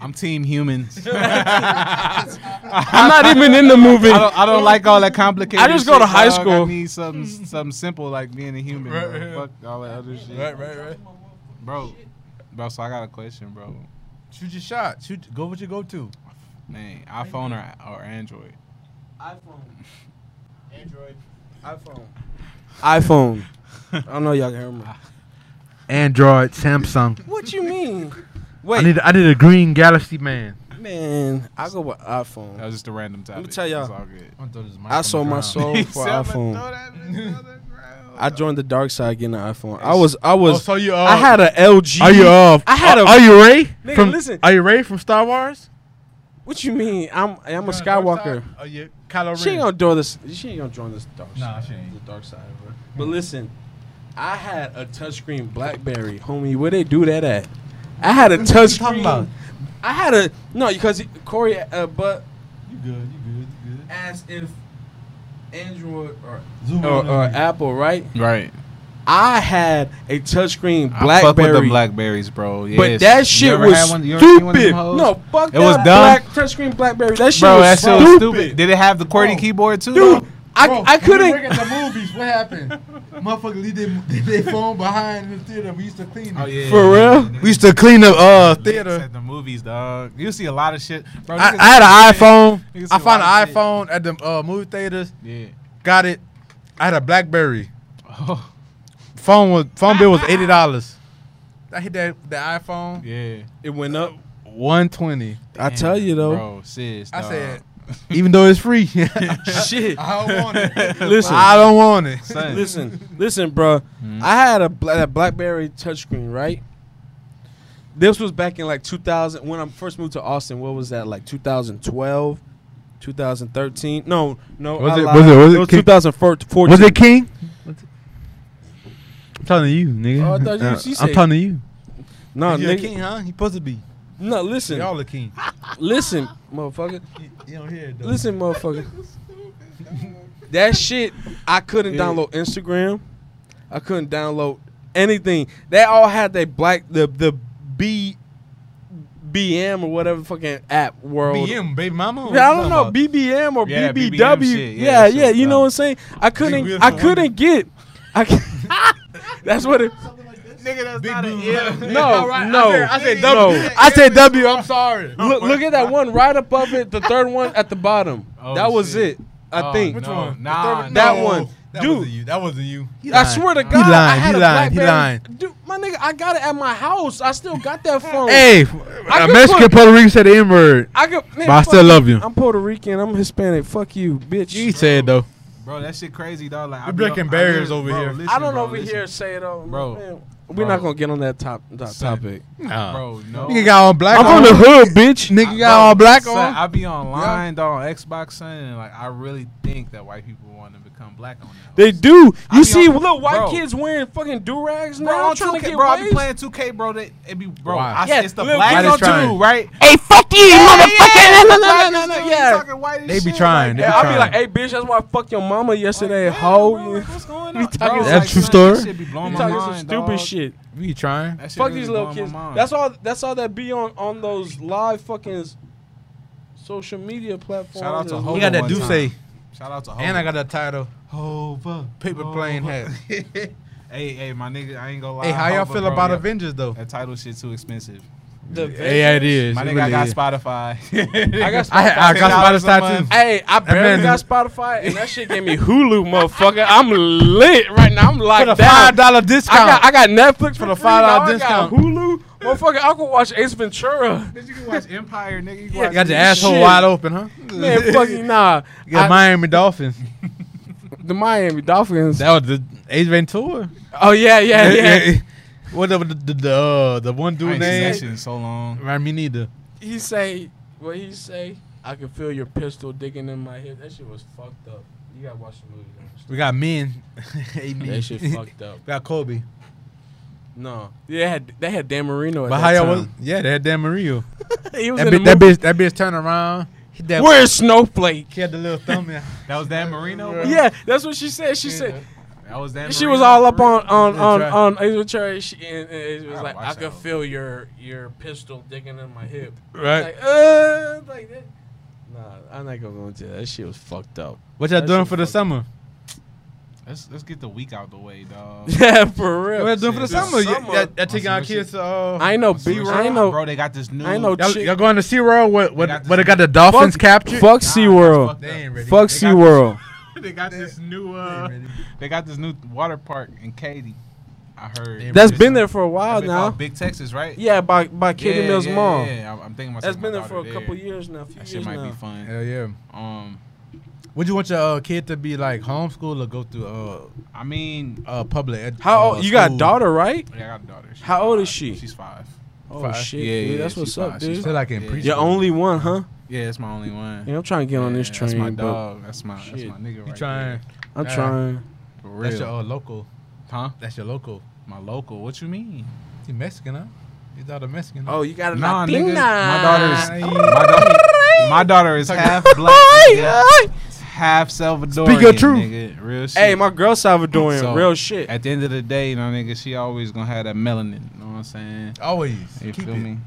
I'm team humans.
I'm not even in the movie.
I don't, I don't like all that complicated.
I just go to
shit,
high
dog.
school.
I need something, something simple like being a human.
Right,
bro.
right.
Fuck all that other shit,
right, right, right.
bro. Bro, so I got a question, bro.
Shoot your shot. Shoot. Go with your go to.
Man, iPhone or, or Android?
Android.
iPhone. iPhone. I don't know y'all can hear me.
Android, Samsung.
What you mean?
I
Wait,
need. I need a green Galaxy man.
man. I go with
That
iPhone.
was just a random topic.
me tell y'all.
It's all good.
I sold my soul
He
for
said, "I'ma
iPhone.
throw that bitch on the ground."
I joined the dark side getting an iPhone. I was, I was,
so you? Uh,
I had a LG.
Are you? Uh,
I had a.
Are you Ray?
Nigga,
from,
listen.
Are you Ray from Star Wars?
what you mean? I'm, I'm a Skywalker.
Are you Oh, Kylo Ren?
She ain't gonna do this. She ain't gonna join this dark side.
Nah, she ain't. Mm.
The dark side, bro. But listen, I had a touchscreen BlackBerry, homie. Where they do that at? I had a touchscreen.
about?
I had a no because Corey, uh, but
You good? You good? You good?
asked if Android or
Zoom
or,
on
or
in.
Mm-hmm.
Apple, right?
Right.
I had a touchscreen
I fuck with
BlackBerry.
the blackberries, bro. Yes.
but
You
that shit
ever
was
had one- you ever seen one of
stupid.
them hoes?
No, fuck
It was
that
dumb.
black touchscreen BlackBerry. That shit
bro, that
was
shit was stupid. Did it have the QWERTY
Bro.
keyboard too?
dude. I,
Bro,
I
when we
couldn't.
work at the movies. What happened? Motherfucker leave their, their phone behind in the theater. We used to clean. it.
Oh yeah.
For real?
We used to clean the uh,
Theater.
theater.
At the movies, dog. You see a lot of shit. Bro,
I,
niggas-
I had an
You can
iPhone.
see
I found
a lot of
an
shit.
iPhone at the uh, movie theaters.
Yeah.
Got it. I had a BlackBerry.
Oh.
Phone was phone bill was eighty dollars. I hit that the iPhone.
Yeah.
It went up.
120.
I tell you though.
Bro, sis.
I
dog.
said,
even though it's free.
Shit.
I don't want it.
Listen.
I don't want it.
listen, listen, bro.
Mm-hmm.
I had a, bla- a BlackBerry touchscreen, right? This was back in like 2000 when I first moved to Austin. What was that? Like 2012, 2013? No, no.
Was
I
it-
lied.
was it- was it King-
2014?
Was it King? I'm talking to you, nigga.
Oh, I thought you-
Uh,
she
I'm
said-
talking to you.
No,
You a
Oh, nigga.
king, huh? You
supposed to be.
No, listen,
Y'all a king.
listen, motherfucker.
You, you don't hear it though.
Listen, motherfucker. that shit, I couldn't download Instagram. I couldn't download anything. They all had their black the the B BM or whatever fucking app world.
BM, baby mama.
Yeah, I don't know BBM or
Yeah,
BBW.
BBM shit. Yeah,
yeah,
that
yeah,
shit
you know
was
what I'm saying. I couldn't.
Wheels
I
for
couldn't get. I. c- that's what it.
Nigga, that's Big not blue. a
No, no,
I said, I said
no.
W. I said W. I'm sorry.
Look, look at that one right above it. The third one at the bottom.
Oh,
that was it.
shit.
I
Oh,
think.
no.
Which one?
Nah,
The third-
that
no,
one.
That
Dude.
wasn't you. That wasn't you.
I swear to God, I
lying,
had
he
a
lying, he
BlackBerry.
lying.
Dude, my nigga, I got it at my house. I still got that phone.
Hey,
I
a
could
Mexican
put-
Puerto Rican said the N word.
I could, man,
But I
fuck
still love you.
I'm Puerto Rican. I'm Hispanic. Fuck you, bitch.
You said though.
Bro, that shit crazy, dog. Like,
We breaking barriers over here.
I don't over here say it all,
Bro.
man. We're not gonna get on that top, top
Son.
topic.
Nah.
Bro, no.
Nigga got all black.
I'm from
on.
the
hood, bitch. Nigga got all black
Son,
on.
I be online, dog, on Xbox, son, and like, I really think that white people want to become black on that.
They do.
be
You see,
on-
little white
bro.
kids wearing fucking do rags
Bro,
now,
on
trying
2K,
to get
bro, I be
waves.
playing 2K, bro. They, it be, bro,
Wow.
I,
Yeah,
it's the
little
black
kids
on
trying.
two, right?
Hey, fuck you, motherfucker! No, no, no, no,
Dude,
no,
you
yeah.
talking white as
They be
shit,
trying,
like,
they be
Yeah,
damn,
I'll be like, hey, bitch, that's why I fucked your mama yesterday, hoe.
bro, like, what's going on?
We talking
Bro,
some-
like,
That's true
son,
story.
That shit be
You
blowing my
talking some
mind,
stupid
dog.
shit.
We trying.
That shit
Fuck
really
these little
blowing
kids.
my mind.
That's all. That's all that be on on those live fucking s- social media platforms.
Shout out to
is-
Hov-
You got that
One time.
Duce.
Shout out to Hov.
And I got that title.
Hova.
Paper
Hova.
plane hat.
hey, hey, my nigga, I ain't gonna lie.
Hey, how y'all
Hova,
feel
bro,
about
yeah.
Avengers though?
That title shit too expensive.
the
Yeah, it is.
My
It
nigga, I
really
got
is.
Spotify.
I got
I, I got
$10 a
Spotify
month.
too.
Hey, I barely
man-
got Spotify, and that shit gave me Hulu, motherfucker. I'm lit right now. I'm locked
For the
down.
five dollar
I
discount.
got I got Netflix for the
$5
five dollar
discount.
Hulu, motherfucker. I can watch Ace Ventura.
Bitch, you can watch Empire, nigga. You can
You
watch
got your
this
asshole
Shit.
wide open, huh?
Man, fucking nah.
You got
I-
Miami Dolphins.
the Miami Dolphins.
That was the Ace Ventura.
Oh yeah, yeah, yeah.
Whatever the the the, uh, the one
I
dude
ain't seen that
name.
shit in so long.
Right, me neither.
he say what he say. I can feel your pistol digging in my hip. That shit was fucked up. You gotta watch the movie. though.
We got men.
That shit fucked up.
got Kobe.
No, yeah, they had they had Dan Marino. At
But
that
how y'all
time.
was? Yeah, that Dan Mario.
He was
That
in the
bitch, that
movie.
bitch, that bitch turned around. Hit that
Where's Snowflake?
He had the little thumb. Yeah.
That was Dan Marino. bro?
Yeah, that's what she said. She said
that was Dan.
she
Marino,
was all up
bro.
on on
Yeah,
on
try.
on Ace Ventura. She, and, and it was
I'll
like,
watch
I
that
could
one.
feel your your pistol digging in my hip.
Right.
Like, uh, like that. Nah, I'm not gonna go into that. That shit was fucked up.
what y'all
That
doing
shit
for the
fucked-
summer?
Let's let's get the week out the way, dog.
Yeah, for real.
What y'all doing for the
This
summer? Y-
summer-
Y'all, y'all taking
some
our
shit.
kids to. Uh,
I ain't no
See,
beach.
bro,
I ain't no.
bro. They got this new.
I ain't no
y'all,
shit.
y'all going to SeaWorld? What?
They got
What?
this-
What? They got the dolphins captured.
Fuck
Nah,
SeaWorld.
that's fucked
ready.
Fuck
They
got-
SeaWorld.
up. They got this new. Uh,
got- they ain't ready.
they got this new water park in Katy. I heard
They
That's
It's
been there for a while
That bitch called
now.
Big Texas, right?
Yeah, by by Katie
Yeah,
Mills
yeah,
Mall.
Yeah, yeah. I'm- I'm thinking about
That's
taking
been
my
there for
daughter
a couple
there.
years now. A few
That shit
years
might
now.
be fun.
Hell yeah.
Um,
Would you want your uh, kid to be like homeschool or go through uh,
I mean,
uh public? Ed-
How
Oh,
uh,
old? You got a
school?
daughter, right?
yeah, I got a daughter. She's
How old
five.
is she?
She's five.
Oh
Five.
shit,
Yeah,
dude,
yeah,
that's what's
she's
up,
fine, she's
dude.
Still like in
Yeah.
preschool.
Your only one, huh?
Yeah, it's my only one.
Yeah, I'm trying to get on this
Yeah,
train.
That's my
but
dog. That's my that's
Shit.
my nigga right
You trying?
there.
I'm
Yeah.
trying.
For
That's your
real.
uh, local.
Huh?
That's your local.
My local. What you mean?
You Mexican, huh? Your daughter Mexican. Huh?
Oh, you got a
Nah,
Latina.
nigga. My daughter is
Ay.
my daughter, my daughter is half black, nigga.
Ay, ay.
half Salvadorian.
Speak your truth.
nigga. Real shit.
Hey, my girl Salvadorian,
So,
real shit.
At the end of the day, you know, nigga, she always gonna have that melanin. You know what I'm saying?
Always.
You
Keep
feel
it.
me?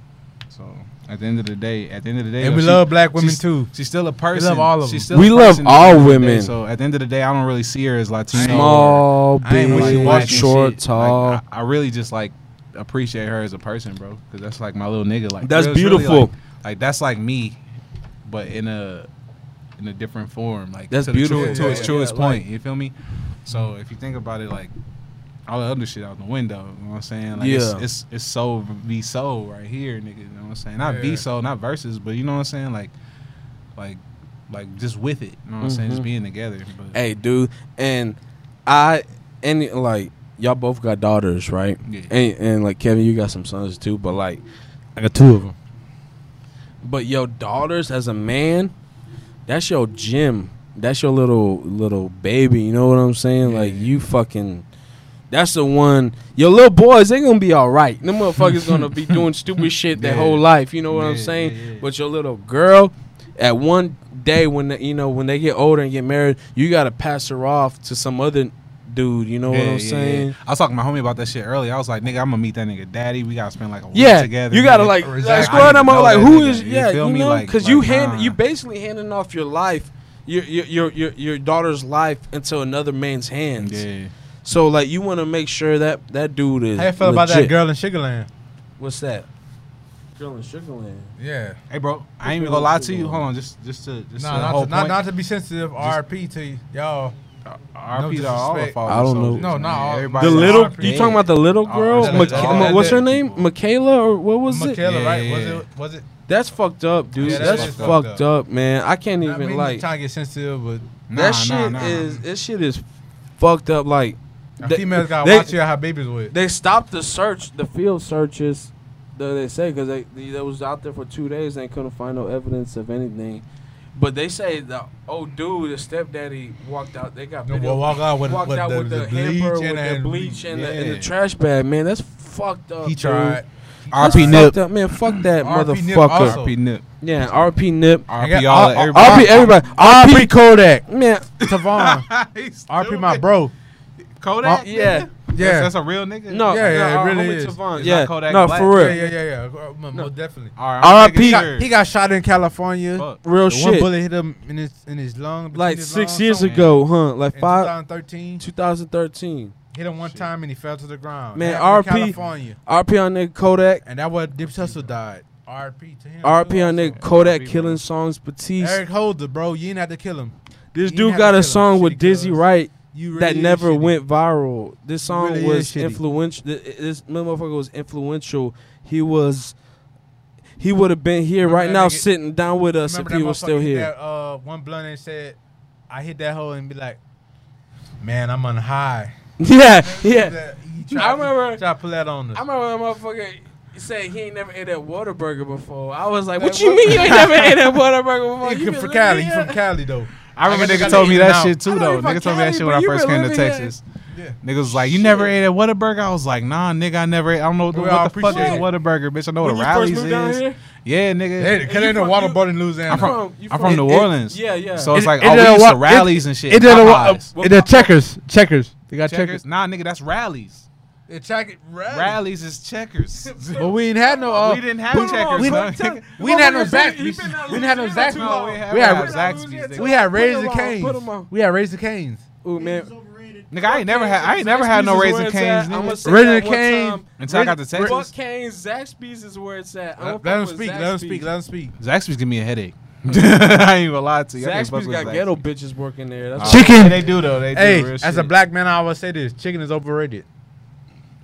So at the end of the day, at the end of the day,
And
though,
we
she-
love black women
she's-
too.
She's still a person.
all of
She's
them.
still a
We love
person at the
all
end of the day.
women.
So at the end of the day, I don't really see her as Latino. or-
Small,
I ain't
big,
watching
short,
shit.
tall.
Like, I, I really just like appreciate her as a person, bro, because that's like my little nigga. Like
That's
it's really,
beautiful.
like, like, that's like me, but in a in a different form. Like
That's
to the true-
beautiful,
to its
yeah,
truest
yeah,
point. you feel me? So if you think about it, like all the other shit out the window. You know what I'm saying? Like it's,
Yeah.
it's it's soul v soul right here, nigga. You know what I'm saying? Not
Yeah.
v soul, not versus, but you know what I'm saying? Like, like, like just with it. You know what I'm
Mm-hmm.
saying? Just being together. But
Hey, dude, and I and like y'all both got daughters, right?
Yeah.
And and like Kevin, you got some sons too, but like,
I got two of them.
but your daughters as a man, that's your gym. That's your little little baby. You know what I'm saying? Like you fucking. That's the one. Your little boys, they gonna be all right. Them motherfuckers gonna be doing stupid shit their
Yeah.
whole life. You know what I'm
Yeah,
saying?
yeah, yeah.
But your little girl, at one day when the, you know when they get older and get married, you gotta pass her off to some other dude. You know
Yeah,
what I'm
yeah, yeah.
saying?
I was talking to my homie about that shit earlier. I was like, nigga, I'm gonna meet that nigga daddy. We gotta spend like a week
Yeah,
together.
you gotta
nigga.
like,
Or
like
is that- I
square
need
them
to
up.
know
Like
that
who
nigga.
is? Yeah,
feel
you
me?
know,
Like-
because you
like,
hand
nah.
you basically handing off your life, your your your your, your daughter's life into another man's hands.
Yeah.
So like, you want to make sure that that dude is.
How you feel about that
legit.
girl in Sugarland?
What's that? Girl in Sugarland.
Yeah.
Hey, bro, I ain't even gonna lie to you. Hold on, just just to just
Nah,
to the
not
whole
to, not,
point.
not to be sensitive, RP to y- y'all.
RP
no
to all the
disrespect.
fathers,
I don't know.
soldiers,
No,
man.
not all-
Everybody-
The
Right,
little,
RP.
you talking about the little
Oh,
girl?
yeah,
Ma-
that's all
Ma-
that
what's her
is.
name? Michaela or what was it?
Michaela, right?
Yeah,
Was
yeah.
it? Was it?
That's fucked up, dude.
Yeah, that
that's
is
fucked
fucked
up. man. I can't
I
even
mean,
like
trying to get sensitive, but
that.
Nah,
shit
nah, nah.
is this shit is fucked up. Like
the
they-
females gotta
they-
watch you how babies with.
they stopped the search, the field searches that they say because they, they they was out there for two days and they couldn't find no evidence of anything. But they say the old dude, the stepdaddy, walked out. They got
No,
video-
walk out with-
walked
with
out
the-
with the,
the bleach
hamper, with
and
the
the-
bleach and, the, and the
yeah.
trash bag. Man, that's fucked up.
He tried.
That's
RP
fucked
Nip.
up, man. Fuck that
RP Nip
motherfucker.
also.
RP Nip.
Yeah, RP Nip.
RP
got-
all
I- I-
everybody.
RP everybody. RP,
RP Kodak,
man.
Tavon,
He's
RP my
stupid.
bro.
Kodak.
Yeah.
Yeah.
That's, that's a real nigga.
No,
Yeah, yeah,
no,
it
our
really
homie
is.
Tavon.
It's
Yeah,
not Kodak
no,
Black.
for real, Oh,
Yeah, yeah, yeah, yeah. Uh, mo- Most definitely.
All right, I'm
RP.
making
He
sure.
got, he got shot in California.
Fuck.
real
The One
shit.
bullet hit him in his in his lung. between
like
his
six
lungs
years
Oh,
somewhere.
ago, huh? Like
In
five,
2013,
2013.
hit him one time and he fell to the ground.
Man,
That happened in
RP.
California,
RP on nigga Kodak.
and that what Dip Tussle died. RP to him.
RP
too,
on
also.
nigga Kodak
RP, bro.
killing songs Batiste.
Eric Holder, bro. You ain't have to kill him.
This
you
dude
have
got
to
a
kill
song
him.
with
Shitty
Dizzy
cuz.
Wright
You
that
really
never
shitty.
went viral. This song
really
was
is shitty.
influential. This motherfucker was influential. He was. He would have been here
Remember
right
that
now,
nigga-
sitting down with us
Remember
if he
that
was still
motherfucker hit
here.
That, uh, one blunt and said, "I hit that hole and be like, man, I'm on high."
Yeah, yeah.
That- he tried-
I remember-
he Tried to pull that on us.
I remember when motherfucker said he ain't never ate that water burger before. I was like,
That
"What you
what-
mean you ain't never ate that water burger before?"
He
You
from,
been
from
living
Cali. He
here?"
from Cali though.
I remember
I guess
nigga
I
told me
gotta eat
that
it
shit
I
too
don't
though.
even
Nigga told me
care,
that shit when
but
I
you
first
been
came to
living here.
Texas.
Yeah.
Niggas was like, you never
Shit.
ate a Whataburger? I was like, nah, nigga, I never ate. I don't know what, the-
We all
what the fuck is a
appreciate
Whataburger, bitch. I know
When
what a
you first
Rallies
moved down
is.
here?
Yeah, nigga.
Hey, cause ain't no
from-
water
you-
bar in Louisiana.
I'm
from-
from,
you
I'm
from-
from New
it- it-
Orleans.
yeah, yeah.
So it's
It-
like,
it
oh,
did a
we used
wa-
to rallies and shit.
It did a wa-
Popeyes.
uh, it did checkers, checkers. They got checkers.
checkers? Nah, nigga, that's rallies.
It check it rally.
Rallies is checkers.
But we ain't had no. Uh,
we didn't
Put
have
him on,
checkers.
put
nigga.
him-
we didn't have no
Motherfucker said
Zaxby's.
he been out
We didn't have no
Louisiana too
Zaxby's.
No,
long.
we had,
We
we
had-
had
Put
Zaxby's.
him
we
nigga.
had
on,
Razor
put him
Canes.
on.
We had Razor Canes.
Ooh man,
overrated.
Nigga, I ain't never had. I ain't never had no raisin canes.
I'ma
nigga.
say
Raising
that one
Cane's.
time.
Until I got to
Fuck
Texas,
Cane's, Zaxby's is where it's at. I'ma
Let,
fuck
let him
with
speak. Let him
Zaxby's.
speak. Let him speak.
Zaxby's give me a headache. I ain't gonna lie to you. I can't fuck
Zaxby's
with
got
Zaxby's.
ghetto bitches working there. That's
Chicken.
Yeah, They do though. They do.
Hey,
real
as
shit.
a black man, I always say this: chicken is overrated.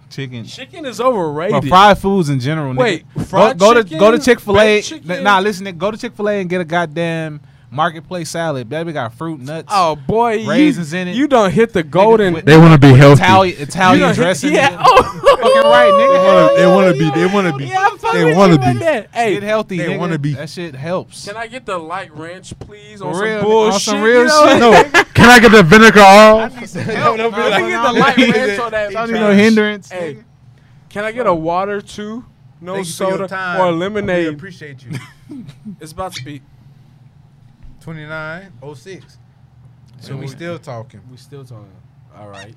chicken.
Chicken is
But
overrated.
fried foods in general. Nigga.
Wait,
Go-
fried
go, to
chicken,
go to Chick Fil A.
baked chicken.
Nah, listen, nigga, go to Chick Fil A and get a goddamn marketplace salad. Baby got fruit, nuts,
Oh boy,
Raisins
you,
in it.
You don't hit the golden.
with-
They want to be healthy.
Italian
you
Italian
done hit-
dressing.
Yeah.
nigga.
Oh.
Fucking right, nigga. Hell
They want to be. They want to be.
Yeah, I'm fucking
They
with
wanna
you with
be.
that. Hey,
Get healthy.
They
nigga.
wanna be.
That shit helps.
Can I get the light ranch, please? On
For
some
real,
bullshit.
on some
you
real
know?
shit.
No, can I get the vinegar off?
Help. Nah,
Can I get the
nah,
light
nah.
ranch on that?
Don't need no hindrance.
Hey,
nigga.
can I get a water too? No
Thank you for your
soda
time.
or
I really
lemonade.
appreciate you.
It's about to be.
2906. So we
we-
still talking.
We still talking. All right.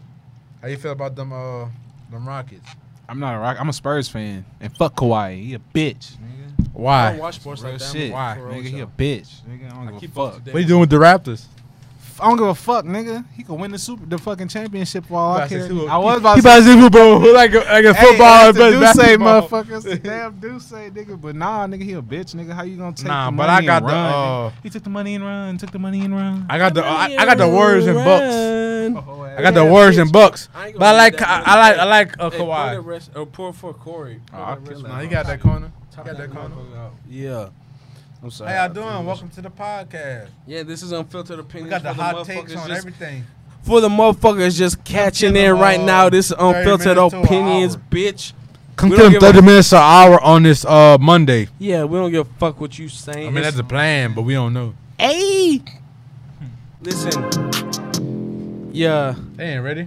How you feel about them uh them Rockets?
I'm not a rock. I'm a Spurs fan. And fuck Kawhi. He a bitch.
I don't
Why?
watch sports
Real
like that.
shit.
Why?
Nigga, he a bitch. Nigga, I don't give a
Keep
fuck.
up to date.
What you doing with the Raptors?
I don't give a fuck, nigga. He could win the super, the fucking championship for
You
all I
about to
care.
say who-
I was about to say,
about Super Bowl like a, like a
hey,
but
do say,
basketball.
motherfuckers. Damn, do say, nigga. But nah, nigga, he a bitch, nigga. How you gonna take
Nah,
the
but
money
I got
and
the,
run?
uh,
nigga? he took the money and run. Took the money and run.
I got the I, I got the Warriors and Bucks.
Oh,
I got the Warriors and Bucks, but I like I, I like I like uh, Kawhi.
rest, or poor for Corey.
Nah, he got that corner. He got that corner.
Yeah. I'm sorry.
How y'all doing? Welcome to the podcast.
Yeah, this is unfiltered opinion.
We got the hot takes on everything.
For the motherfuckers just catching in right now, this is
30
unfiltered
minutes to an
opinions,
hour.
bitch.
Come
We
to
don't
him
give a-
30 minutes an hour on this uh Monday.
Yeah, we don't give a fuck what you saying.
I mean, that's the plan, but we don't know.
hey. Listen. Yeah,
They ain't ready.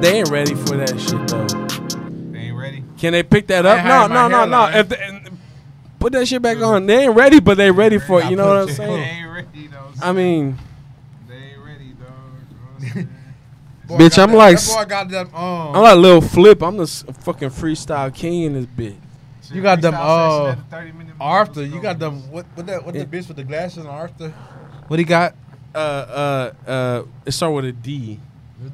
they ain't ready for that shit though.
They ain't ready.
Can they pick that up?
They
No,
hired
no, no,
my
no.
hairline.
If they, and- put that shit back on. They ain't ready, but they ready for it. You know what I'm
They
saying?
ain't ready, though.
I mean,
They ain't ready, dog. You know what I'm saying?
Boy,
Bitch,
got
I'm
that-
like
That
s-
boy got them. Um,
I'm like little flip. I'm the s- fucking freestyle king in this bitch.
Shit,
You got them,
freestyle session
uh,
at the 30 minute mark.
Arthur,
Let's
you
go.
got them. What? What that? What
Yeah.
the bitch with the glasses on Arthur? What he got?
Uh, uh, uh. It start with a D.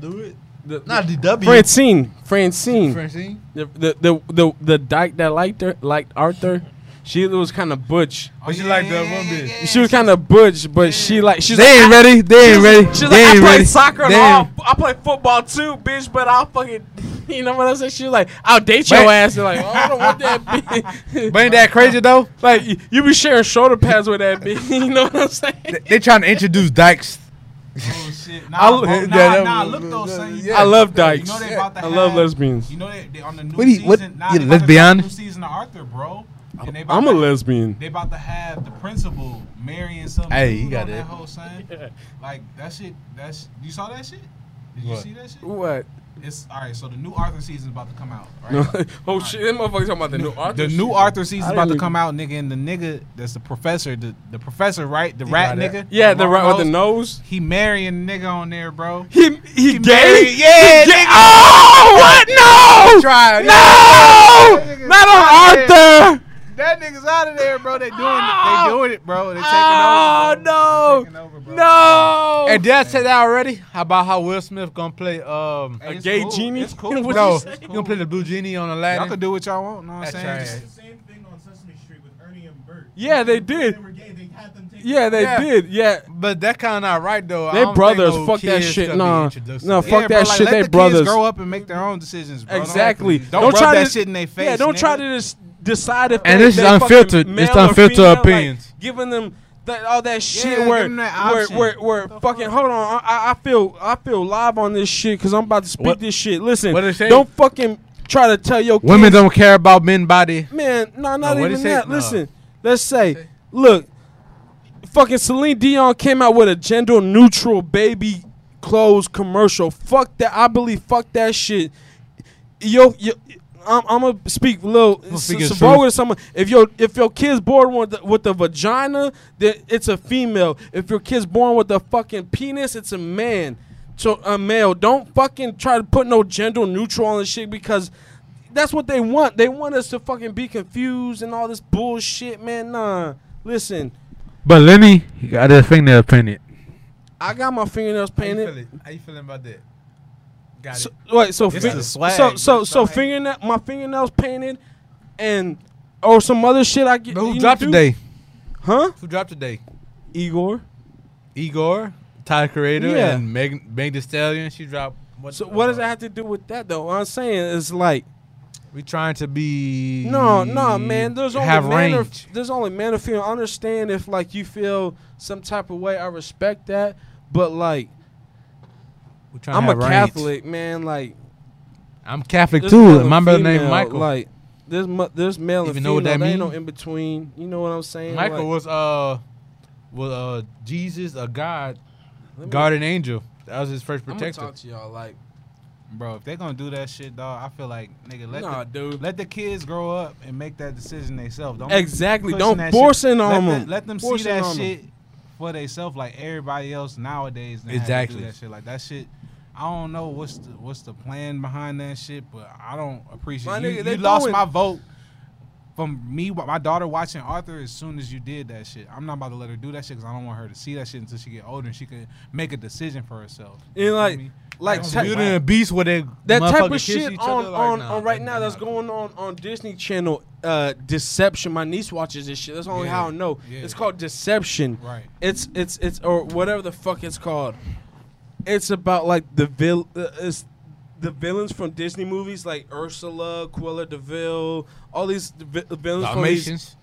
Do it.
The, the-
Not DW.
Francine, Francine,
Francine.
the the the the, the dyke that liked her, liked Arthur. She was kind of butch.
But she like that one bitch.
She was kind of butch, but she like she's.
They
like,
ain't
I-
ready. They
she's-
ain't ready.
She's like,
They
I
ain't
play
ready.
soccer and
They
all.
ain't-
I play football too, bitch. But I'll fucking, you know what I'm saying? She's like, I'll date your
But-
ass. And like, "Oh, I don't want that bitch.
But ain't that crazy though?
like, you, you be sharing shoulder pads with that bitch. You know what I'm saying?
They trying to introduce Dykes.
Oh shit! Nah,
I
I
lo-
look, nah,
yeah,
that
nah,
was-
look though, son. You-
yeah.
I love
You
dykes.
know they about to
I love
have-
lesbians.
You know they, they on the new
What do you-
season.
what-
nah,
you
they about to
lesbian?
have the New season of Arthur, bro. And they about
I'm a
to-
lesbian.
They about to have the principal marrying some.
Hey, you
dude
got
on
it.
That whole son. Like that shit. That's you saw that shit. Did you
What?
see that shit?
What?
It's all right. So the new Arthur season is about to come out, right?
oh shit! That motherfucker talking about the new Arthur.
The
shit.
new Arthur season
I
is about to
didn't
come out, nigga, and the nigga that's the professor, the, the professor, right? The
He
rat
got it.
nigga.
Yeah, the right
Mark
with the
Rose,
nose.
He marrying nigga on there, bro.
He he, gay?
married-
Yeah. Oh what? No.
Try.
No. Not on Arthur.
That nigga's out of there, bro. They doing it. They doing it, bro. They taking
Oh
over. bro. They taking
no.
over, bro.
No.
And did I say that already? How about how Will Smith gonna play? Um,
Hey, it's
gay
cool.
genie?
It's cool.
What'd
no,
you say?
Oh. you gonna play the Blue Genie on
Y'all can
Aladdin?
do what y'all want. Know what
That's
I'm saying?
right.
the same thing on Sesame Street with Ernie and Bert.
Yeah, they
When
did.
They were gay. They had them take
Yeah, they
Yeah.
did. Yeah.
But that kind of not right though. I
They
don't think
brothers.
no
Fuck that
kids
shit.
should be
Nah.
introduced to
Nah,
that.
fuck that shit,
Let
they
the kids
brothers.
grow up and make their own decisions, bro. Don't-
Exactly.
Don't,
Don't
rub
try
that
to-
shit in their face.
Yeah, don't
nigga.
try to just decide if
And
they,
this is
they fucking
unfiltered.
male
It's
or
unfiltered
female, like,
opinions.
giving them that, all that shit
give
where,
them that
where
option.
where where fucking hold on. I- I, I feel I feel live on this shit because I'm about to speak
What-
this shit. Listen,
what it say?
don't fucking try to tell your
Women
kids,
don't care about men body.
man. No, not
what it
even
say?
that.
No.
Listen, let's say, look, fucking Celine Dion came out with a gender neutral baby clothes commercial. Fuck that. I believe fuck that shit. Yo, yo I'm, I'm gonna speak little
speak
s-
his
s- vulgar
truth.
to someone. If your if your kid's born with the, with the vagina, then it's a female. If your kid's born with a fucking penis, it's a man. So a male. Don't fucking try to put no gender neutral on this shit because that's what they want. They want us to fucking be confused and all this bullshit, man. Nah, listen.
But Lenny he got his fingernail painted.
I got my fingernails
How you, feel
painted.
it? How you feeling about that? Got
So, wait, so
It's
fi-
the swag,
so so
it's
so
swag.
fingernail my fingernails painted, and or some other shit I get.
But who
you
dropped
do?
today?
Huh?
Who dropped today?
Igor.
Igor, Ty Creator,
Yeah.
and Meg, Meg Thee Stallion. She dropped. What,
So what does
uh,
that have to do with that though? What I'm saying is like,
We trying to be
no, no, man. There's only
Mm, have
man or,
range.
there's only man or female. I understand if like you feel some type of way. I respect that, but like
We tryna
I'm a
have range.
Catholic man. Like
I'm Catholic
there's male
too.
and
My brother named
female,
Michael.
Like there's mu- there's male and
Even know what
female.
that
There ain't no
mean?
in between. You know what I'm saying?
Michael
Like,
was uh was uh Jesus, a God,
let me-
guardian angel. That was his first
I'm gonna
protector.
talk to y'all like,
bro. If they gonna do that shit, dog, I feel like nigga, let
nah,
the,
dude.
let the kids grow up and make that decision themselves. Don't
Exactly.
pushing
Don't
that
force
shit.
it on
let
them.
The, let them
Force
see
it on
that
'em.
shit for themselves, like everybody else nowadays. done had to do
Exactly.
that shit. Like that shit. I don't know what's the, what's the plan behind that shit, but I don't appreciate.
My
you
nigga, they
you lost
doing-
my vote from me, wa- my daughter watching Arthur as soon as you did that shit. I'm not about to let her do that shit because I don't want her to see that shit until she get older and she can make a decision for herself. You
And
feel
like
me?
like
That's
ta-
Beauty and the Beast, where they
that type
motherfucking
of
kiss
shit
each
on,
other, like,
on,
nah,
on right
that-
now
that
that's
not cool.
going on on Disney Channel. Uh, Deception. My niece watches this shit. That's the only
Yeah,
how I know.
yeah.
It's called Deception.
Right.
It's it's it's or whatever the fuck it's called. it's about like the vil. Uh, it's the villains from Disney movies like Ursula, Cruella Deville, all these vi- villains from these
Dalmatians.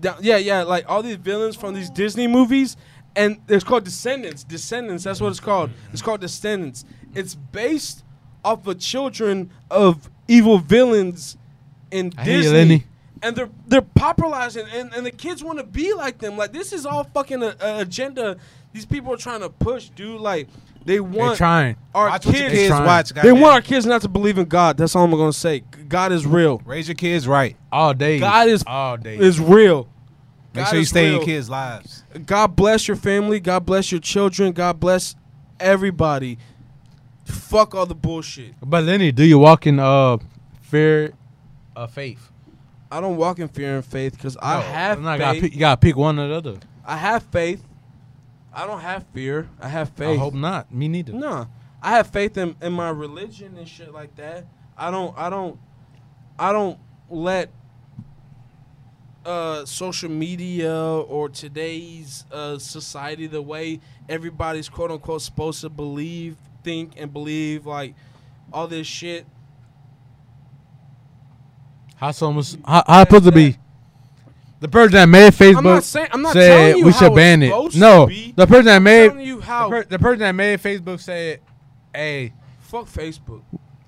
Da- yeah, yeah, like all these villains from these Disney movies, and it's called Descendants. Descendants, that's what it's called. It's called Descendants. It's based off of children of evil villains in
I hear you,
Disney,
Lenny.
and they're they're popularizing, and, and the kids want to be like them. Like this is all fucking a, a agenda. These people are trying to push, dude. Like they
They're
want
trying.
our
Watch what your
kids.
kids
They,
Trying. watch,
want our kids not to believe in God. That's all I'm gonna say. God is real.
Raise your kids right all day.
God is
all day.
is real.
Make
God
sure you
is
stay in
real.
your kids' lives.
God bless your family. God bless your children. God bless everybody. Fuck all the bullshit.
But Lenny, do you walk in uh fear of faith?
I don't walk in fear and faith because I
No,
have
I'm not
faith.
gotta pick- you gotta pick one or the other.
I have faith. I don't have fear. I have faith.
I hope not. Me neither.
Nah, I have faith in, in my religion and shit like that. I don't. I don't. I don't let uh, social media or today's uh, society the way everybody's quote unquote supposed to believe, think, and believe like all this shit.
How some's how, how it supposed to be? The person that made Facebook
I'm not saying. I'm not
said
telling you
we
how
should
it's
ban it.
supposed
No,
to be.
the person that
I'm
made
telling you
the,
how.
per- the person that made Facebook said, "Hey,
fuck Facebook.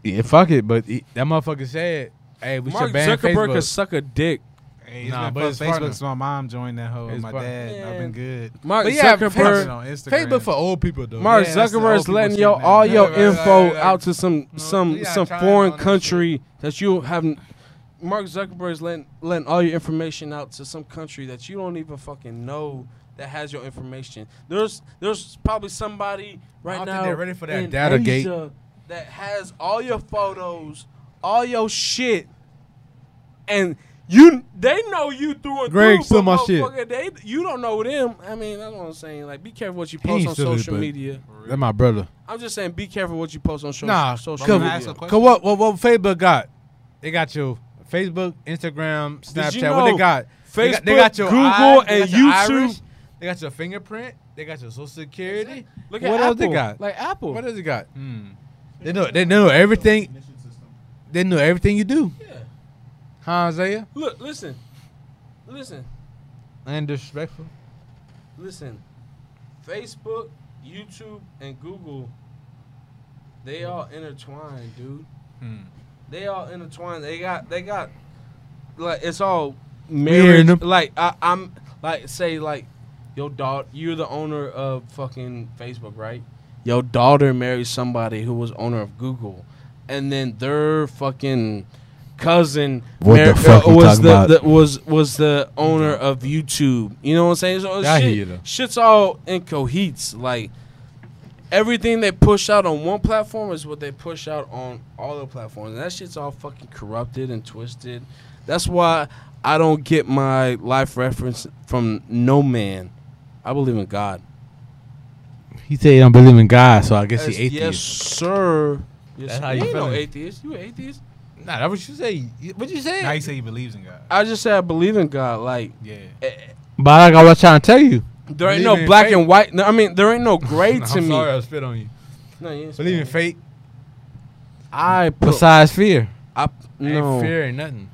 yeah, fuck it," but he- that motherfucker said, "Hey, we
Mark
should ban
Zuckerberg
Facebook."
could suck a dick.
Hey, it's
Nah,
been
but
fun.
his
Facebook
partner.
since my mom joined that hoe.
His
My
partner.
dad, I've been
Yeah.
good.
Mark
But yeah,
Zuckerberg.
Facebook-
on Instagram.
Facebook for old people though.
Mark
Yeah, that's the old
Zuckerberg's
people
letting
shit,
your
man.
all your
Yeah, right,
info
right, right.
out to some some
yeah,
some
China
foreign
on that
country that you haven't. Mark Zuckerberg's letting letting all your information out to some country that you don't even fucking know that has your information. There's there's probably somebody right
don't think
now
they're ready for that
in
data gate.
Asia that has all your photos, all your shit, and you they know you through and
Greg
through. but
stole my shit.
motherfucker, They, you don't know them. I mean, that's what I'm saying. Like, be careful what you
He
post
ain't
on
steal this,
social
but-
media.
That's my brother.
I'm just saying, be careful what you post on show,
Nah,
social
cause,
media.
a question?
cause what, what what Facebook got? They got your Facebook, Instagram, Snapchat.
you
what they
know
got? they got, they
Facebook,
got your
Google,
eye, they
and
got your
YouTube?
Irish, they got your fingerprint. They got your social security.
Look at
what
Apple.
else they got?
Like Apple.
what else they got?
Hmm.
They know they know everything. They know everything you do.
Yeah.
Huh, Isaiah?
Look, listen, listen,
And disrespectful.
listen. Facebook, YouTube, and Google, they all intertwined, dude.
Hmm.
They all intertwined. They got, they got, like it's all
hearing
marriage.
them.
Like I, I'm, like say like your daughter, you're the owner of fucking Facebook, right? Your daughter married somebody who was owner of Google, and then their fucking cousin uh,
What the fuck you
was
talking
the,
about?
the was was the owner of YouTube. You know what I'm saying? So
Yeah, I hear
shit-
you though.
shit's all incohets. Like everything they push out on one platform is what they push out on all the platforms. And that shit's all fucking corrupted and twisted. That's why I don't get my life reference from no man. I believe in God.
He said he don't believe in God, so I guess
Yes,
he atheist.
Yes, sir. Yes,
That's
sir.
how
you
you
ain't no
feeling.
atheist. You atheist?
Nah, that what you say. You- What you say?
Now you say he believes in God.
I just said I believe in God. Like eh,
Yeah.
But I got what I'm trying to tell you.
there ain't
Believe
no
in
black
fate.
and white. No, I mean there ain't no gray to
I'm
me.
sorry, I spit on you.
No, you ain't
Believe in
speaking.
fate.
I put
Besides fear,
I, no
ain't fear ain't nothing.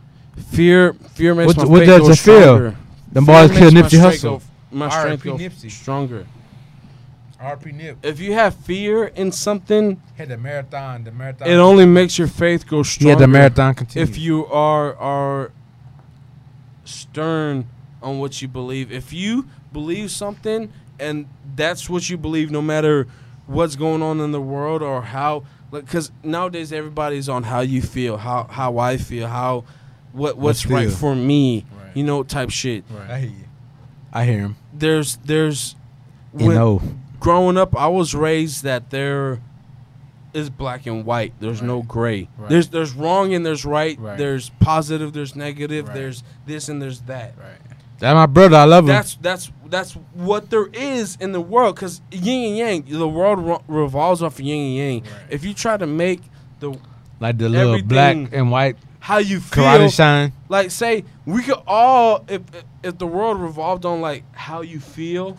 fear. Fear makes
What-
my
what
faith
does
go
it feel?
stronger.
Them
Fear
boys killed
makes
Nipsey
my strength go-
Hussle.
My strength
R.I.P.
go
Nipsey.
stronger.
R.P. Nip
If you have fear in something,
had the marathon. The marathon.
it only makes your faith go
He
stronger.
had the marathon continue.
If you are are stern on what you believe, if you believe something and that's what you believe, no matter what's going on in the world or how, because nowadays everybody's on how you feel, how how I feel, how what what's
Let's
right
feel.
for me,
Right.
you know, type shit.
I hear you. I hear him.
There's there's
You
when-
know.
growing up, I was raised that there is black and white. There's no gray.
Right.
There's there's wrong and there's right.
Right.
There's positive. There's negative.
Right.
There's this and there's that.
That's my brother. I love him.
That's that's that's what there is in the world. Cause yin and yang, the world ro- revolves off of yin and yang. If you try to make the
like the little
everything-
black and white
how you feel,
karate sign.
like say we could all if if the world revolved on like how you feel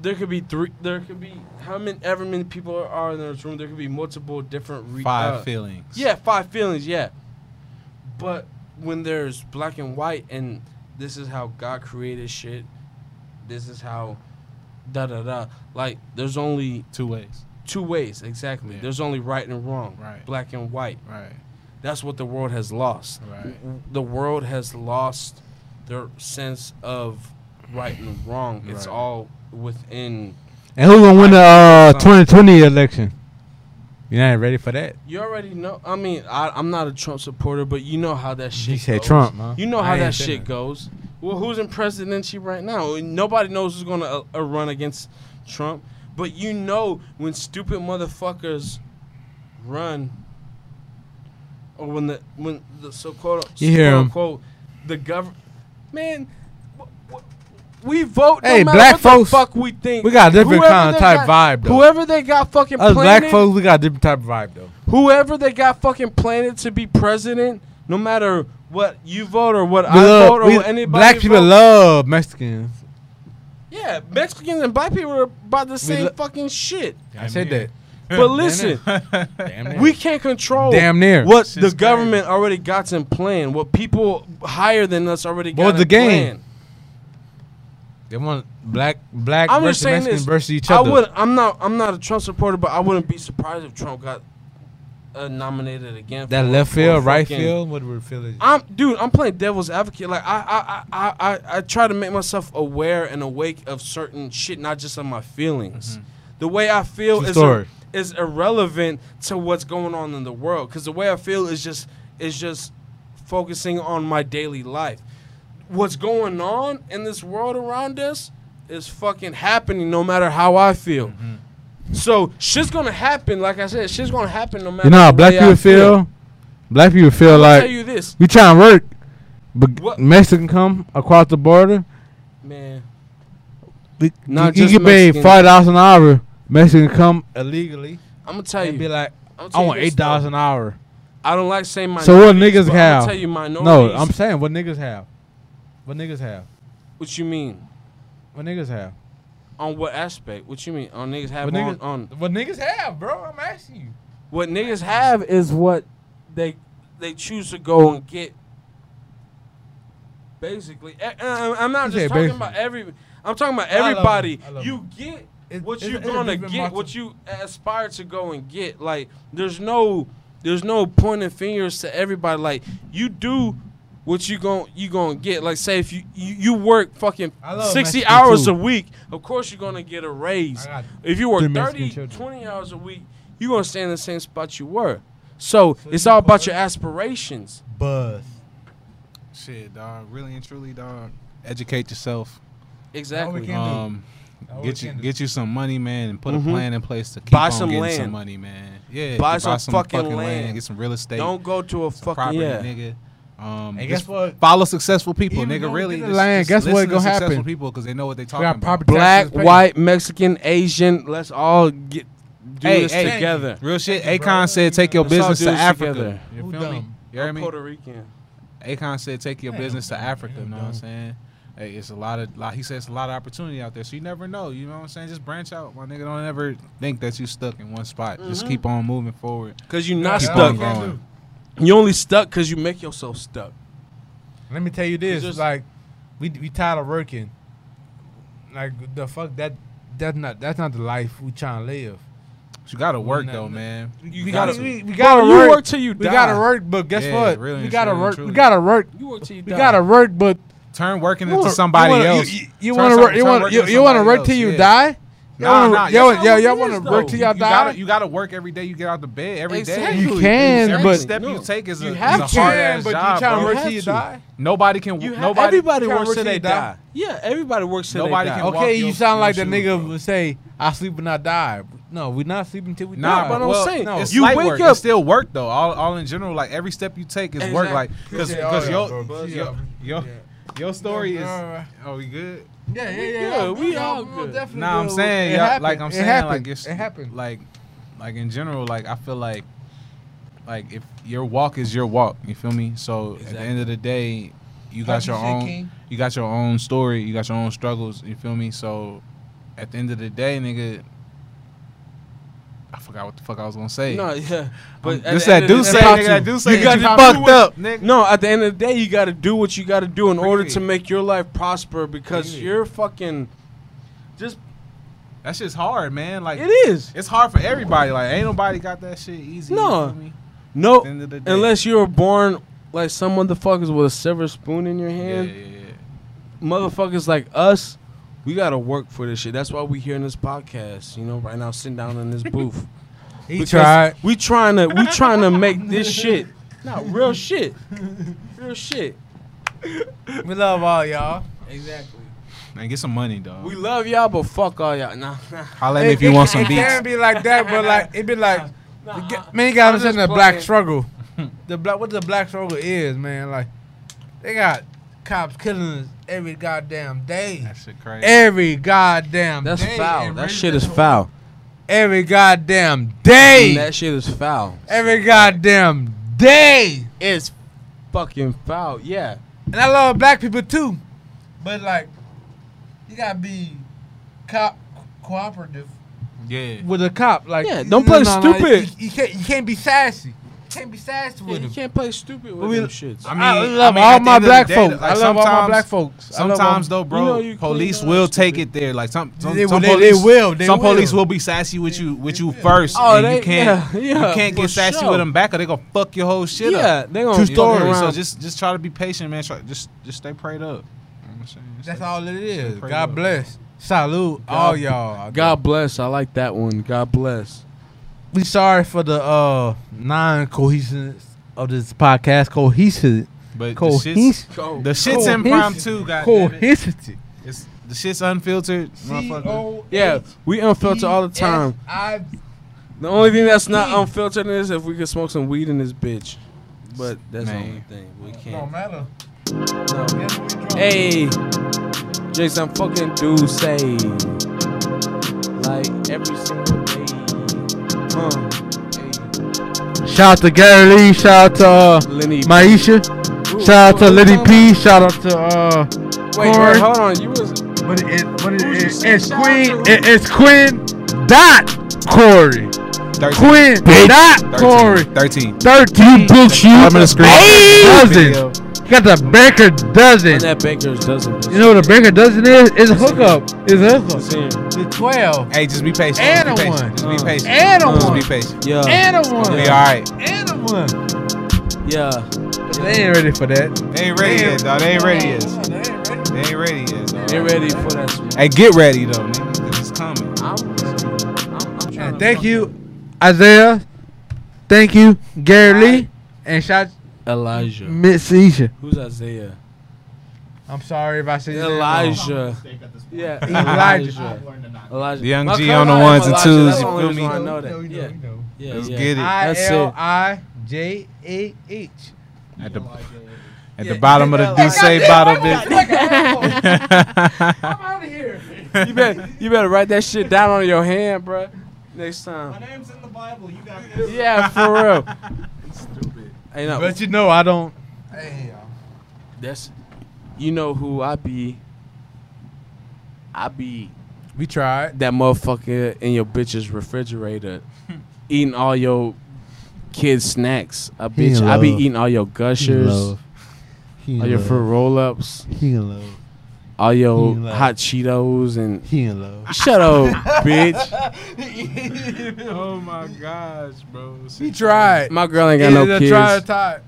there could be three. There could be how many, ever many people are in this room. There could be multiple different re-
Five
uh,
feelings.
Yeah, five feelings. Yeah, but when there's black and white, and this is how God created shit. This is how, da da da. Like there's only
Two ways.
two ways exactly. There's only right and wrong.
Right.
Black and white.
Right.
That's what the world has lost.
Right.
The world has lost their sense of right and wrong. It's
Right.
all within.
And who gonna win the uh,
Son.
2020 election? You not ready for that?
You already know. I mean, I, I'm not a Trump supporter, but you know how that shit.
said
goes.
Trump, huh?
You know
I
how
ain't
that
saying
shit
that.
goes. Well, who's in presidency right now? Nobody knows who's gonna uh, uh, run against Trump. But you know when stupid motherfuckers run, or when the when the so called
You hear 'em.
unquote, the government man. wh- wh- We vote.
Hey,
no matter
black
what
folks,
The fuck, we think
we got a different
Whoever
kinda
they
type
got-
vibe, though.
Whoever they got fucking
Us black
planted-
folks, we got a different type of vibe though.
whoever they got fucking planted to be president, no matter what you vote or what
We
I
love-
vote or
we-
what anybody
black people
vote-
love Mexicans.
Yeah, Mexicans and black people are about the same
lo-
fucking shit.
I said
near.
But listen,
that. Damn near.
we can't control
Damn near.
what
Shit's
the
crazy.
government already got in plan. What people higher than us already got
What's the
in
game?
plan.
They want black black
I'm just
versus
saying
Mexican
this.
versus each
I
other.
would. I'm not. I'm not a Trump supporter, but I wouldn't be surprised if Trump got uh, nominated again.
that
for-
left
for
field, right
fucking-
field, whatever field is.
I'm dude, I'm playing devil's advocate. Like I I, I, I I try to make myself aware and awake of certain shit, not just of my feelings. The way I feel
Mm-hmm. True
is
story.
is irrelevant to what's going on in the world. Cause the way I feel is just is just focusing on my daily life. What's going on in this world around us is fucking happening no matter how I feel. So shit's gonna happen, like I said, shit's gonna happen no
Mm-hmm.
matter
You know how
the
black
way
people
I
feel? Black people feel
I'll tell
like
you this,
we trying to work, but
What-
Mexican come across the border.
man.
We,
Not
you
just
get paid
Mexican.
five dollars an hour. Mexican come illegally
I'm gonna tell
and
you.
be like,
I'ma
I
tell you
want
this,
eight dollars an hour.
though. I don't like saying minorities.
So what niggas
but
have?
I'm tell you minorities.
No, I'm saying what niggas have. What niggas have.
What you mean?
What niggas have.
On what aspect? What you mean? On niggas have
What niggas,
on, on
what niggas have, bro? I'm asking you.
what niggas have is what they they choose to go and get. Basically, Eh, eh, I'm
You
not just
said
talking
basically.
about every. I'm talking about
I love it.
everybody.
I love
You get
It-
what
it's-
you
it's a
gonna
different
get,
market.
what you aspire to go and get. Like there's no there's no pointing fingers to everybody. Like you do what you gon' you gonna get. Like say if you you, you work fucking
I love
sixty
Mexican
hours
too.
a week, of course you're gonna get a raise.
I got
If you work
three Mexican
30,
children.
20 hours a week, you're gonna stay in the same spot you were. So, it's all about your aspirations.
Buzz.
Shit, dog. Really and truly, dog. Educate yourself.
Exactly.
Can do.
Um,
That's what we
get you
can do.
get you some money, man, and put
Mhm.
Mm-hmm.
a plan in place to keep
Buy
on
some
getting
land.
some money, man. Yeah,
Buy some fucking land.
Get some real estate.
Don't go to a
some
fucking yeah.
property, nigga.
And
Um, just
guess what?
Follow successful people,
Even
nigga.
though
Really,
we get
just-
the land,
just
guess what
listen
gonna
to Successful
happen?
people, because they know what they
We
talking
got
about.
property
Black,
taxes paid.
white, Mexican, Asian. Let's all get do
Hey,
this
hey.
together.
Real shit. Akon said, "Take your
Let's all
business
do
to
this
Africa."
together.
You
Who
feel me?
dumb?
You hear me?
Puerto Rican.
Akon said, "Take your
Ain't no
business to
dumb.
Africa." You
Ain't no
know what I'm
dumb.
saying? Hey, it's a lot of lot. He says it's a lot of opportunity out there, so you never know. You know what I'm saying? Just branch out, my nigga. Don't ever think that you stuck in one spot.
Mm-hmm.
Just keep on moving forward.
Cause you're not
Keep
stuck.
on growing.
You only stuck cause you make yourself stuck.
Let me tell you this,
It's just-
like we we tired of working. Like the fuck that that's not that's not the life we trying to live.
You gotta work
not-
though, man.
You
we
gotta.
gotta we, we gotta
Bro, you
work.
work till you
we
die.
gotta work, but guess
Yeah,
what?
really
we
and
gotta
truly and
work.
truly.
We gotta work.
You work till you
We
die.
gotta work, but
Turn working
you
into
wanna-
somebody
you wanna,
else.
You, you, you
Turn
wanna
some-
work. You
turn
wanna
working
you,
into
you wanna
somebody
work till
else,
you
yeah.
die. You
Nah,
wanna,
nah,
you wanna,
that's
yeah,
how
y'all
it
wanna
is,
work till
though.
y'all
you
die.
gotta you gotta work every day. You get out the bed every day.
Exactly.
You can,
Every
but-
step
No.
you take is a,
You
is a
have
hard
to.
ass
but
job.
you trying to
bro.
work
You
till you
have to.
die.
Nobody can.
You have,
nobody.
everybody
can't
works
work
till
till
they
they
die. Yeah, everybody works till
Nobody
they die.
can walk
Okay,
your-
you sound
your
like that
shoes,
nigga
bro.
would say, "I sleep and I die." No, we not sleeping till we
Nah,
die.
but I'm
well,
saying,
no, it's
you
light
wake
work.
up-
It's still work though. All, all in general, like every step you take is work.
Exactly.
oh, Like because
Yeah,
because
all
your,
right, bro.
your your your story is. Oh, we good?
Yeah, yeah,
We
yeah.
good. We all good.
Nah, I'm saying,
It
y'all,
happened.
like I'm
It
saying,
happened.
like it's
it happened.
Like, like in general, like I feel like, like if your walk is your walk, you feel me. So at the
Exactly.
end of the day, you got
you
your
said,
own,
King.
you got your own story, you got your own struggles, you feel me. So at the end of the day, nigga, I forgot what the fuck I was gonna say.
No, yeah. But at
Um, this
the
that
end of
do
the
say,
day-
nigga, that do say.
You
that
got it
pop-
fucked up.
Nigga.
No, at the end of the day, you got to do what you got to do in order to
Period.
make your life prosper because
Period.
you're fucking. Just
That shit's hard, man. Like
it is
It's hard for everybody. Like ain't nobody got that shit easy.
No.
you feel me? At the
no
end of the day.
unless you were born like some motherfuckers with a silver spoon in your
yeah,
hand.
yeah, yeah.
motherfuckers like us, we gotta work for this shit. That's why we here in this podcast, you know, right now sitting down in this booth.
He
Because
tried.
We trying to we trying to make this shit. Not real shit. Real shit.
We love all y'all.
Exactly.
Man, get some money, dog.
We love y'all, but fuck all y'all. Nah, nah.
Holla at me if you want some beats.
can't be like that, but like it be like
nah
You
I-
get- man, you gotta
I'm just
understand the black
playing.
struggle. the black what the black struggle is, man. Like they got cops killing us every goddamn day.
That shit crazy.
Every goddamn
That's
day.
foul.
and
That
raise
shit is
whole-
foul.
Every goddamn day.
That shit is foul.
Every goddamn day.
It's fucking foul. Yeah.
And I love black people too. But like you gotta be cop cooperative
yeah.
with a cop. Like
Yeah, don't play stupid.
you, you can't you can't be sassy. You can't be sassy
Yeah,
with
you
him.
can't play stupid with
We-
them shits.
I mean,
I love
mean, at
all
the
my
end of the
black
day,
folks.
like,
I love all my
sometimes-
black folks. I love
Sometimes
all-
though, bro,
You know you
police
clean
will
up
take it
stupid.
there. Like some, some,
They-
some
they-
police
they will. They
some police
will.
will be sassy with you, with you first,
Oh,
and
they-
you can't,
yeah, yeah,
you can't
for
get sassy
sure.
with them back, or they gonna fuck your whole shit
yeah,
up.
they gonna
True
fuck
story.
around.
So just, just try to be patient, man. Try, just, just stay prayed up. You know what I'm saying? Just
That's
stay-
all it is.
Pray
God
love.
bless. Salute all y'all.
God bless. I like that one. God bless.
We sorry for the uh non-cohesiveness of this podcast. Cohesive.
But the shit's,
Cohesive.
the shit's
Cohesive.
impromptu, God damn it.
Cohesity.
It's, the shit's unfiltered,
oh,
motherfucker.
Yeah, we unfiltered all the time.
I
The only thing that's not unfiltered is if we could smoke some weed in this bitch. But that's
Man.
the only thing we
don't
can't.
matter.
No.
Guess what we drunk.
Hey, Jason, fucking do say like every single day. Huh. Hey,
Shout out to Gary Lee. Shout out to uh,
Lenny.
Maisha.
Ooh,
Shout out to
ooh,
Liddy
ooh,
P. Shout out to uh.
Wait,
Corey.
wait, hold on. You was
But it, but it,
Who's you
it,
saying
it's
shout out
Queen.
to?
It, it's Quinn. Dot Corey.
Thirteen.
Quinn. Dot
13,
Corey.
13.
13 you bitch you
I'm gonna screen-
dozen. You got the Baker
on
dozen.
that Baker's dozen. Bitch.
You know what a Baker dozen is? It's a hookup. It's a hookup.
It's in.
The 12.
Hey, just be patient.
And
just be
a
patient.
one.
Just be patient.
And a
just
one.
be patient.
Yeah.
And a one.
Be all
Yeah.
right.
And a one.
yeah.
But they ain't ready for that.
They ain't ready yet, dog. They ain't ready yet.
They ain't ready.
They ain't ready yet. Dog.
Get ready for that. smoke.
Hey, get ready though, nigga, 'cause it's coming.
I'm, I'm, I'm trying
And thank you, Isaiah. Thank you, Gary Lee. And shout
Elijah.
Miss Isha.
Who's Isaiah?
I'm sorry if I said your name wrong.
Elijah.
Mistake at this point.
Yeah,
Elijah.
I've learned to not.
Elijah.
Young
My
G
cousin
on the
named
ones and
Elijah,
twos,
that's
you
the only
feel
reason
me?
why I know
No, we
that.
know,
Yeah,
we know.
yeah,
Let's
yeah.
get it.
I
That's it.
L I J A H.
At the at
Yeah,
the bottom of the
yeah,
Duce bottle, bitch.
You better, you better write that shit down on your hand, bruh. Next
My
time.
name's in the Bible. You got this.
Yeah, for real. Hey, no,
But you know I don't.
that's you know who I be. I be
We tried.
that motherfucker in your bitch's refrigerator, eating all your kids' snacks. A
He
bitch,
in
I be
love.
eating all your gushers,
He
all your fruit roll ups,
He in love.
all your
He in love.
hot Cheetos, and
He in love.
shut up, bitch.
oh my gosh, bro.
We tried.
My girl ain't got no
Either try or
kids.
tie.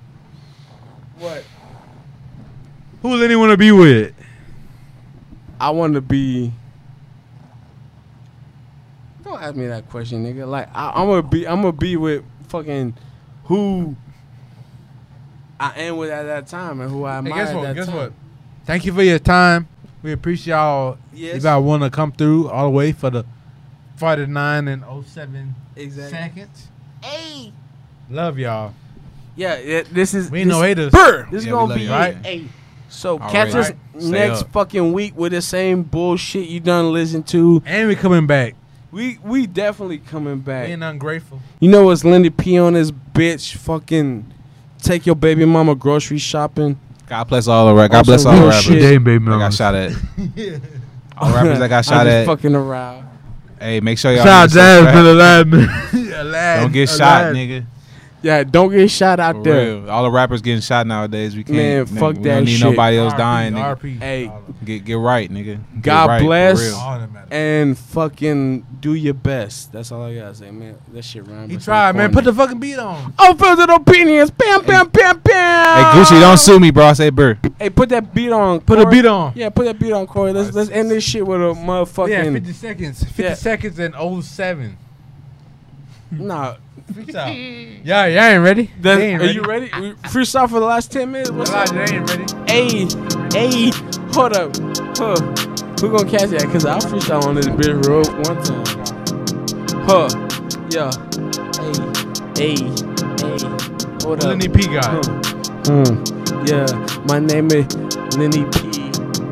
What? Who does anyone to be with?
I want to be. Don't ask me that question, nigga. Like I, I'm gonna be, I'm gonna be with fucking who. I am with at that time and who I
Hey,
admire
guess
at
what?
that
Guess
time.
what? Thank you for your time. We appreciate y'all.
Yes.
You guys want to come through all the way for the 49 and 07
Exactly.
seconds. Hey. Love y'all.
Yeah, yeah, this is
We
this,
ain't no haters.
Brr, this is
Yeah, we
gonna
love
be
you.
right.
Right.
So
All
catch
right.
us
Stay
next
up.
fucking week with the same bullshit you done listen to.
And we coming back.
We we definitely coming
We
back.
ain't ungrateful.
You know what's Lindy P on this bitch? Fucking take your baby mama grocery shopping.
God bless all the rap. God bless all
Some
the
real
rappers.
shit.
I got shot at. All rappers that got
I'm
shot
just
at.
fucking around.
hey, make sure y'all.
Shout out
get
to Jasmine
subscribed.
Aladdin.
Don't get shot, nigga.
Yeah, don't get shot out
For
there.
real. All the rappers getting shot nowadays. We can't.
Man, fuck
we
that
don't need
shit.
nobody else dying. Nigga.
RP.
Hey,
Get get right, nigga. Get
God
right, for
bless.
real.
All that matters.
and fucking do your best. That's all I gotta say, man. That shit rhymes.
He tried, man. Put the fucking beat on.
unfiltered opinions. Bam, bam, bam,
Hey
bam.
Gucci, don't sue me, bro. I say Burr.
Hey, put that beat on.
Put
Corey.
a beat on.
Yeah, put that beat on, Corey. Let's let's end this shit with a motherfucking
Yeah, 50 seconds. 50
Yeah.
seconds and 07.
nah.
Freaks out. Yeah, y'all ain't ready.
That's-
They ain't
are
ready.
you ready? We freestyle for the last ten minutes. What's up?
Elijah, they ain't ready.
Hey, hey, hold up, huh? Who gonna catch that? Cause I freestyle on this bitch road one time. Huh? Yeah. Hey, hey, hey. Hold up.
Lenny P guy.
Mm. Yeah, my name is Lenny P.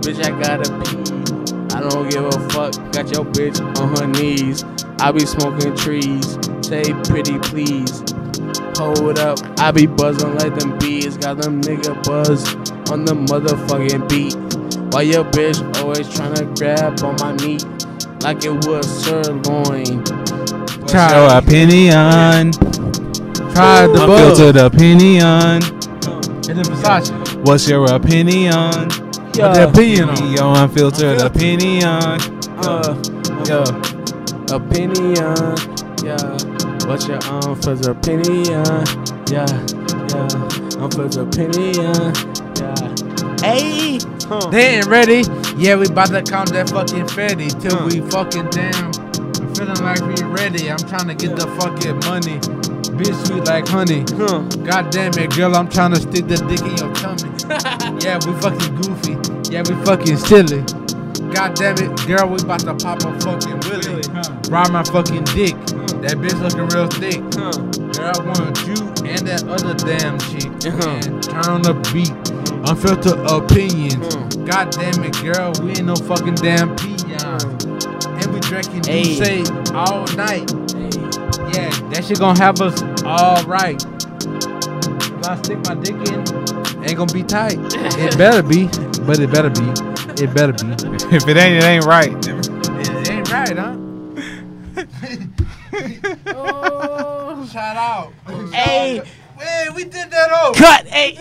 Bitch, I gotta pee. I don't give a fuck. Got your bitch on her knees. I be smoking trees. Say pretty please. Hold up, I be buzzing like them bees. Got them nigga buzz on the motherfucking beat. Why your bitch always tryna grab on my meat like it was sirloin?
Show opinion.
Tried the bug.
Unfiltered opinion.
And then Versace.
What's your opinion?
Put that opinion on.
Yo, unfiltered opinion.
Uh, yeah. Opinion, yeah. What's your own for the opinion? Yeah, yeah. I'm for the opinion, yeah. Hey, huh.
They ain't ready. Yeah, we about to count that fucking fatty till we fucking down. I'm feeling like we ready. I'm trying to get the fucking money. Bitch sweet like honey.
huh.
God damn it, girl, I'm trying to stick the dick in your tummy. yeah, we fucking goofy. Yeah, we fucking silly. God damn it, girl, we about to pop a fucking willy. Ride my fucking dick. That bitch looking real thick. Girl, I want you and that other damn chick. And turn on the beat. Unfiltered opinions. God damn it, girl, we ain't no fucking damn peons. And we drinking
Ayy.
say all night. Yeah, that shit gonna have us all right. If I stick my dick in, ain't gonna be tight. It better be, but it better be. It better be.
If it ain't, it ain't right.
It ain't right, huh? oh, shout out.
Hey,
Hey, we did that over.
cut, hey,